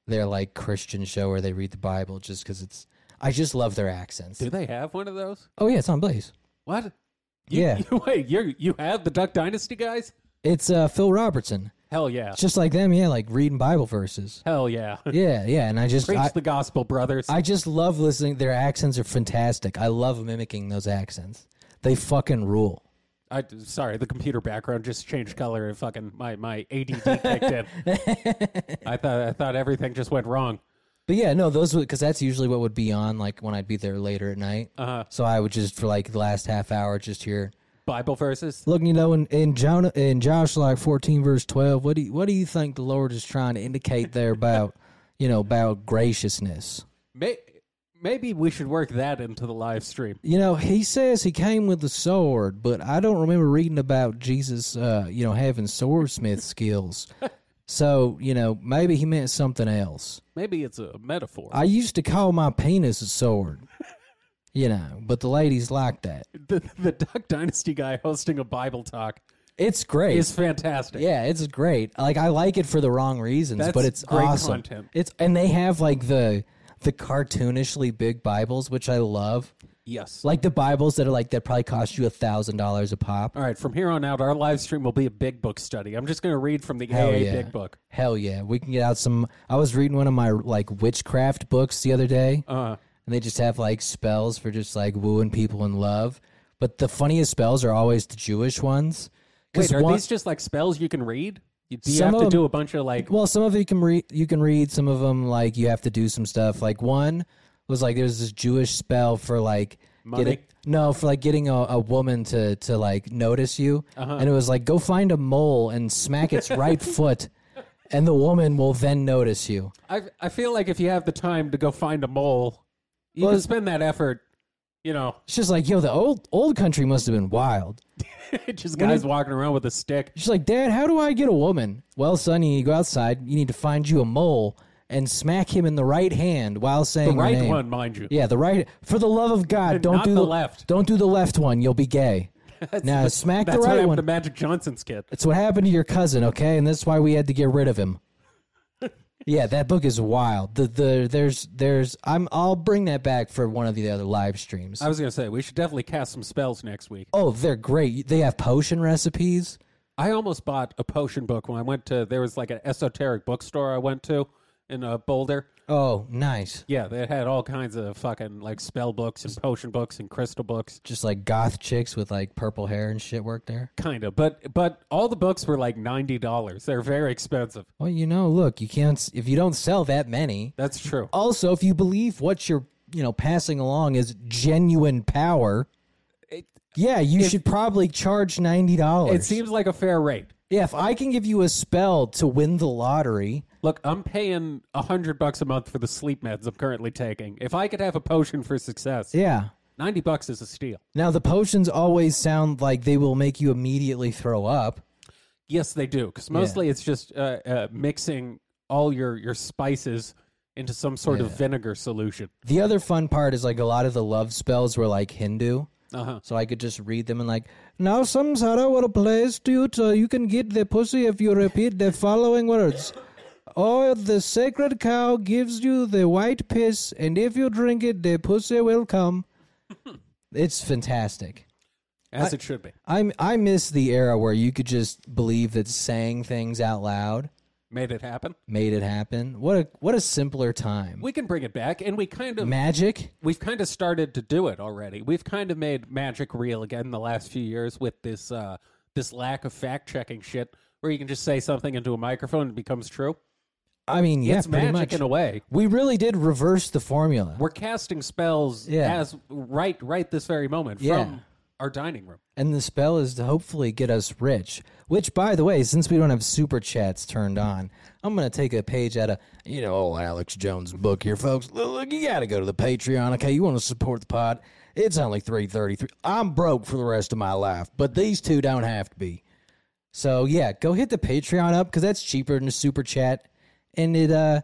Speaker 1: their like Christian show where they read the Bible just cuz it's I just love their accents.
Speaker 2: Do they have one of those?
Speaker 1: Oh yeah, it's on Blaze.
Speaker 2: What? You-
Speaker 1: Yeah.
Speaker 2: you- wait, you you have the Duck Dynasty guys?
Speaker 1: It's uh, Phil Robertson.
Speaker 2: Hell yeah.
Speaker 1: It's just like them, yeah, like reading Bible verses.
Speaker 2: Hell yeah.
Speaker 1: Yeah, yeah, and I just
Speaker 2: Preach
Speaker 1: I,
Speaker 2: the gospel, brothers.
Speaker 1: I just love listening. Their accents are fantastic. I love mimicking those accents. They fucking rule.
Speaker 2: I, sorry, the computer background just changed color and fucking my, my ADD kicked in. I thought I thought everything just went wrong.
Speaker 1: But yeah, no, those because that's usually what would be on like when I'd be there later at night.
Speaker 2: Uh,
Speaker 1: So I would just for like the last half hour just hear.
Speaker 2: Bible verses.
Speaker 1: Look, you know, in in, Jonah, in Joshua like fourteen verse twelve, what do you, what do you think the Lord is trying to indicate there about you know about graciousness?
Speaker 2: May, maybe we should work that into the live stream.
Speaker 1: You know, he says he came with a sword, but I don't remember reading about Jesus, uh, you know, having swordsmith skills. So, you know, maybe he meant something else.
Speaker 2: Maybe it's a metaphor.
Speaker 1: I used to call my penis a sword, you know, but the ladies like that.
Speaker 2: the, the Duck Dynasty guy hosting a Bible talk
Speaker 1: It's great.
Speaker 2: is fantastic.
Speaker 1: yeah, it's great. Like I like it for the wrong reasons,
Speaker 2: That's
Speaker 1: but it's
Speaker 2: great
Speaker 1: awesome.
Speaker 2: content.
Speaker 1: It's and they have like the the cartoonishly big Bibles, which I love.
Speaker 2: Yes.
Speaker 1: Like the Bibles that are like that probably cost you a thousand dollars a pop.
Speaker 2: All right, from here on out, our live stream will be a big book study. I'm just going to read from the
Speaker 1: Hell
Speaker 2: AA
Speaker 1: yeah.
Speaker 2: big book.
Speaker 1: Hell yeah, we can get out some. I was reading one of my like witchcraft books the other day,
Speaker 2: Uh,
Speaker 1: and they just have like spells for just like wooing people in love. But the funniest spells are always the Jewish ones. 'Cause
Speaker 2: wait, are
Speaker 1: one-
Speaker 2: these just like spells you can read? You, do you
Speaker 1: Some
Speaker 2: have to
Speaker 1: of 'em-
Speaker 2: do a bunch of like
Speaker 1: well, some of it you can read. You can read some of them. Like you have to do some stuff. Like one was like there's this Jewish spell for like
Speaker 2: Money?
Speaker 1: getting no for like getting a, a woman to
Speaker 2: Uh-huh.
Speaker 1: to like notice you, and it was like go find a mole and smack its right foot, and the woman will then notice you.
Speaker 2: I I feel like if you have the time to go find a mole, you
Speaker 1: Well,
Speaker 2: can spend that effort. You know,
Speaker 1: It's just like, yo, the old old country must have been wild.
Speaker 2: just guys walking around with a stick.
Speaker 1: She's like, Dad, how do I get a woman? Well, son, you need to go outside. You need to find you a mole and smack him in the right hand while saying
Speaker 2: The
Speaker 1: her
Speaker 2: right
Speaker 1: name.
Speaker 2: one, mind you.
Speaker 1: Yeah, the right. For the love of God, don't
Speaker 2: Not
Speaker 1: do
Speaker 2: the left.
Speaker 1: Don't do the left one. You'll be gay. now smack
Speaker 2: That's
Speaker 1: the
Speaker 2: what
Speaker 1: right
Speaker 2: happened
Speaker 1: one.
Speaker 2: to Magic Johnson's kid.
Speaker 1: It's what happened to your cousin, okay? And that's why we had to get rid of him. yeah, that book is wild. The the there's there's I'm I'll bring that back for one of the other live streams.
Speaker 2: I was gonna say we should definitely cast some spells next week.
Speaker 1: oh, they're great. They have potion recipes.
Speaker 2: I almost bought a potion book when I went to. There was like an esoteric bookstore I went to in uh, Boulder.
Speaker 1: Oh, nice.
Speaker 2: Yeah, they had all kinds of fucking like spell books and potion books and crystal books,
Speaker 1: Just like goth chicks with like purple hair and shit work there.
Speaker 2: kind of. But but all the books were like ninety dollars. They're very expensive.
Speaker 1: Well, you know, look, you can't s- if you don't sell that many.
Speaker 2: That's true.
Speaker 1: Also, if you believe what you're, you know, passing along is genuine power,
Speaker 2: It-
Speaker 1: yeah, you should probably charge $90.
Speaker 2: It seems like a fair rate.
Speaker 1: Yeah, if I can give you a spell to win the lottery,
Speaker 2: Look, I'm paying a hundred bucks a month for the sleep meds I'm currently taking. If I could have a potion for success,
Speaker 1: yeah.
Speaker 2: ninety bucks is a steal.
Speaker 1: Now the potions always sound like they will make you immediately throw up.
Speaker 2: Yes, they do. Because mostly it's just uh, uh, mixing all your your spices into some sort of vinegar solution.
Speaker 1: The other fun part is like a lot of the love spells were like Hindu,
Speaker 2: Uh huh.
Speaker 1: so I could just read them and like now samsara will place to you so you can get the pussy if you repeat the following words. Or the sacred cow gives you the white piss, and if you drink it, the pussy will come. it's fantastic.
Speaker 2: As it should be.
Speaker 1: I I miss the era where you could just believe that saying things out loud
Speaker 2: Made it happen.
Speaker 1: made it happen. What a what a simpler time.
Speaker 2: We can bring it back, and we kind of
Speaker 1: Magic?
Speaker 2: we've kind of started to do it already. We've kind of made magic real again the last few years with this uh, this lack of fact checking shit, where you can just say something into a microphone and it becomes true.
Speaker 1: I mean, yeah,
Speaker 2: it's
Speaker 1: pretty much.
Speaker 2: magic in a way.
Speaker 1: we really did reverse the formula.
Speaker 2: We're casting spells
Speaker 1: Yeah.
Speaker 2: as right right this very moment
Speaker 1: Yeah.
Speaker 2: from our dining room.
Speaker 1: And the spell is to hopefully get us rich. Which by the way, since we don't have super chats turned on, I'm gonna take a page out of you know old Alex Jones book here, folks. Look, look, you gotta go to the Patreon, okay? You wanna support the pod. It's only three thirty three. I'm broke for the rest of my life, but these two don't have to be. So yeah, go hit the Patreon up because that's cheaper than a super chat, and it uh,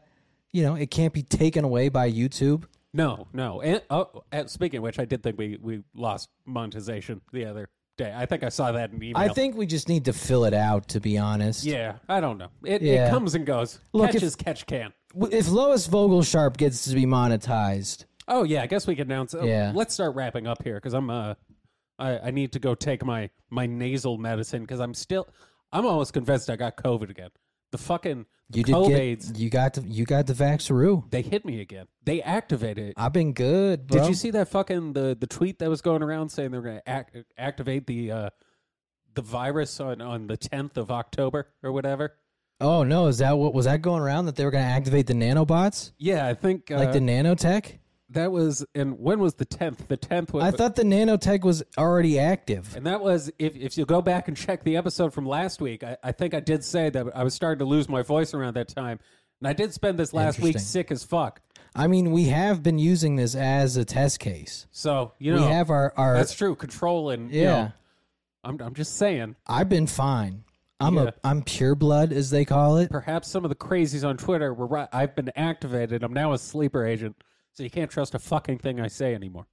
Speaker 1: you know, it can't be taken away by YouTube.
Speaker 2: No, no. And, oh, and speaking of which, I did think we, we lost monetization the other day. I think I saw that in email.
Speaker 1: I think we just need to fill it out, to be honest.
Speaker 2: Yeah, I don't know. It,
Speaker 1: Yeah.
Speaker 2: it comes and goes.
Speaker 1: Look,
Speaker 2: catch
Speaker 1: if-
Speaker 2: is catch can.
Speaker 1: If Lois Vogelsharp gets to be monetized,
Speaker 2: Oh yeah, I guess we can announce. oh,
Speaker 1: Yeah.
Speaker 2: Let's start wrapping up here because I'm uh, I, I need to go take my my nasal medicine because I'm still I'm almost convinced I got COVID again. The fucking
Speaker 1: You did
Speaker 2: COVIDs
Speaker 1: get you got the you got the vaxaroo.
Speaker 2: they hit me again. They activated it.
Speaker 1: I've been good, bro.
Speaker 2: Did you see that fucking the the tweet that was going around saying they're going to act, activate the uh, the virus on on the 10th of October or whatever?
Speaker 1: Oh no, is that what was that going around that they were going to activate the nanobots,
Speaker 2: Yeah, I think uh,
Speaker 1: like the nanotech?
Speaker 2: that was and when was the 10th? The 10th was
Speaker 1: I thought the nanotech was already active.
Speaker 2: and that was if if you go back and check the episode from last week, I, I think I did say that I was starting to lose my voice around that time. And I did spend this last week
Speaker 1: Interesting.
Speaker 2: sick as fuck.
Speaker 1: I mean, we have been using this as a test case.
Speaker 2: So, you
Speaker 1: We
Speaker 2: know,
Speaker 1: have our our.
Speaker 2: that's true. Control and, you
Speaker 1: yeah,
Speaker 2: know, I'm, I'm just saying,
Speaker 1: I've been fine. I'm
Speaker 2: Yeah.
Speaker 1: a I'm pure blood as they call it.
Speaker 2: perhaps some of the crazies on Twitter were right. I've been activated. I'm now a sleeper agent, so you can't trust a fucking thing I say anymore.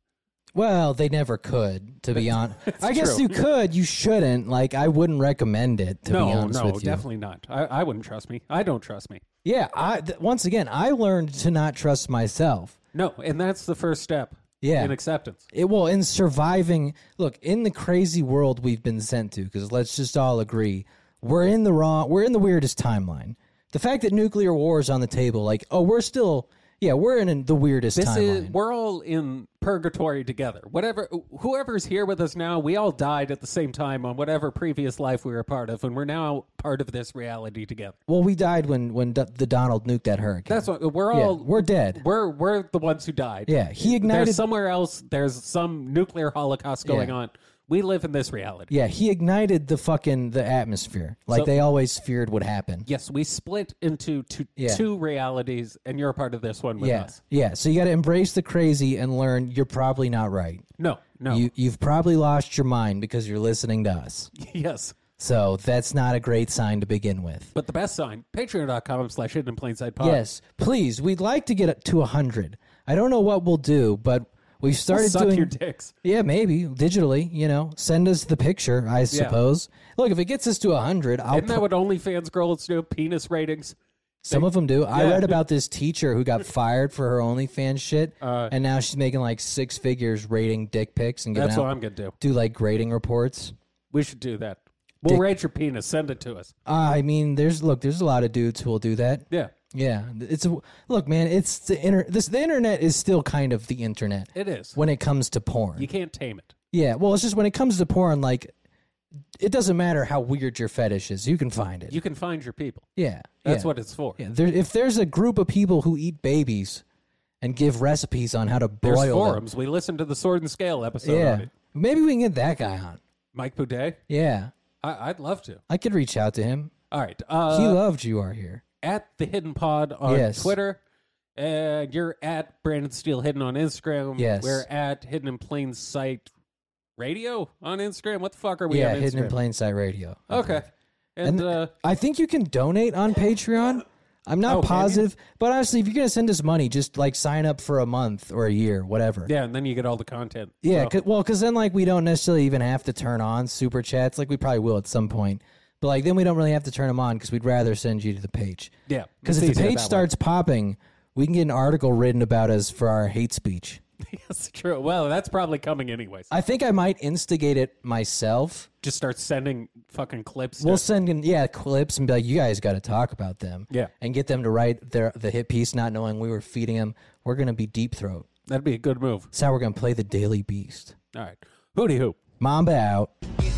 Speaker 1: Well, they never could, to be honest. I guess
Speaker 2: true.
Speaker 1: you could, you shouldn't. Like I wouldn't recommend it to be
Speaker 2: no,
Speaker 1: honest
Speaker 2: no,
Speaker 1: with you.
Speaker 2: definitely not. I, I wouldn't trust me. I don't trust me.
Speaker 1: Yeah, I th- once again, I learned to not trust myself.
Speaker 2: No, and that's the first step.
Speaker 1: Yeah.
Speaker 2: in acceptance.
Speaker 1: It well in surviving. Look, in the crazy world we've been sent to, because let's just all agree, we're in the wrong. We're in the weirdest timeline. The fact that nuclear war is on the table, like, oh, we're still, yeah, we're in the weirdest
Speaker 2: This
Speaker 1: timeline.
Speaker 2: is we're all in purgatory together. Whatever, whoever's here with us now, we all died at the same time on whatever previous life we were a part of, and we're now part of this reality together.
Speaker 1: well, we died when when D- the Donald nuked that hurricane.
Speaker 2: That's what we're
Speaker 1: yeah,
Speaker 2: all.
Speaker 1: we're dead.
Speaker 2: we're we're the ones who died.
Speaker 1: yeah, he
Speaker 2: there's
Speaker 1: ignited.
Speaker 2: somewhere else there's some nuclear holocaust going
Speaker 1: Yeah.
Speaker 2: on We live in this reality.
Speaker 1: Yeah, he ignited the fucking the atmosphere, like
Speaker 2: So-
Speaker 1: they always feared would happen.
Speaker 2: Yes, we split into two,
Speaker 1: Yeah.
Speaker 2: two realities, and you're a part of this one with
Speaker 1: yeah,
Speaker 2: us.
Speaker 1: yeah. So you got to embrace the crazy and learn you're probably not right.
Speaker 2: No, no.
Speaker 1: You you've probably lost your mind because you're listening to us.
Speaker 2: yes.
Speaker 1: So that's not a great sign to begin with.
Speaker 2: But the best sign, patreon.com slash hidden in plain sight pod.
Speaker 1: Yes, please. We'd like to get up to hundred. I don't know what we'll do, but we've started
Speaker 2: Suck
Speaker 1: doing.
Speaker 2: your dicks.
Speaker 1: Yeah, maybe digitally. You know, send us the picture. I suppose. Look, if it gets us to hundred, I'll.
Speaker 2: Isn't that what OnlyFans girls do? Penis ratings?
Speaker 1: Some of them do. I read about this teacher who got fired for her OnlyFans shit,
Speaker 2: Uh.
Speaker 1: and now she's making like six figures rating dick pics and giving
Speaker 2: That's
Speaker 1: out
Speaker 2: what I'm going to do.
Speaker 1: do like grading reports.
Speaker 2: We should do that. We'll rate your penis. Send it to us.
Speaker 1: I mean, there's look, there's a lot of dudes who will do that.
Speaker 2: Yeah,
Speaker 1: Yeah, it's a, look, man. It's the inter. This the internet is still kind of the internet
Speaker 2: it is.
Speaker 1: when it comes to porn.
Speaker 2: You can't tame it.
Speaker 1: yeah, well, it's just when it comes to porn, like it doesn't matter how weird your fetish is, you can find it.
Speaker 2: You can find your people.
Speaker 1: yeah,
Speaker 2: That's
Speaker 1: yeah.
Speaker 2: what it's for.
Speaker 1: Yeah, there, if there's a group of people who eat babies and give recipes on how to
Speaker 2: There's
Speaker 1: broil them,
Speaker 2: forums. We listened to the Sword and Scale episode on
Speaker 1: yeah,
Speaker 2: it.
Speaker 1: maybe we can get that guy on.
Speaker 2: Mike Boudet?
Speaker 1: Yeah,
Speaker 2: I- I'd love to.
Speaker 1: I could reach out to him.
Speaker 2: All right.
Speaker 1: He
Speaker 2: Uh,
Speaker 1: loved you are here.
Speaker 2: at the Hidden Pod on
Speaker 1: Yes.
Speaker 2: Twitter. And you're at Brandon Steele Hidden on Instagram.
Speaker 1: Yes.
Speaker 2: We're at Hidden in Plain Sight Radio on Instagram. What the fuck are we
Speaker 1: Yeah,
Speaker 2: on Instagram? Oh,
Speaker 1: hidden in plain sight radio.
Speaker 2: Okay. And, uh,
Speaker 1: I think you can donate on Patreon. I'm not
Speaker 2: Oh, can you?
Speaker 1: positive, but honestly, if you're gonna send us money, just like sign up for a month or a year, whatever.
Speaker 2: yeah, and then you get all the content.
Speaker 1: Yeah,
Speaker 2: So,
Speaker 1: 'cause- well, because then like we don't necessarily even have to turn on super chats. Like we probably will at some point, but like then we don't really have to turn them on because we'd rather send you to the page.
Speaker 2: yeah.
Speaker 1: Because
Speaker 2: it's
Speaker 1: if the
Speaker 2: easier
Speaker 1: page
Speaker 2: that way.
Speaker 1: starts popping, we can get an article written about us for our hate speech.
Speaker 2: That's true. Well, that's probably coming anyways.
Speaker 1: I think I might instigate it myself.
Speaker 2: Just start sending fucking clips.
Speaker 1: We'll
Speaker 2: to-
Speaker 1: send in yeah clips and be like, you guys got to talk about them.
Speaker 2: Yeah.
Speaker 1: and get them to write their the hit piece, not knowing we were feeding them. We're gonna be deep throat.
Speaker 2: That'd be a good move.
Speaker 1: That's how we're gonna play the Daily Beast.
Speaker 2: All right. Hooty hoop.
Speaker 1: Mamba out.
Speaker 3: You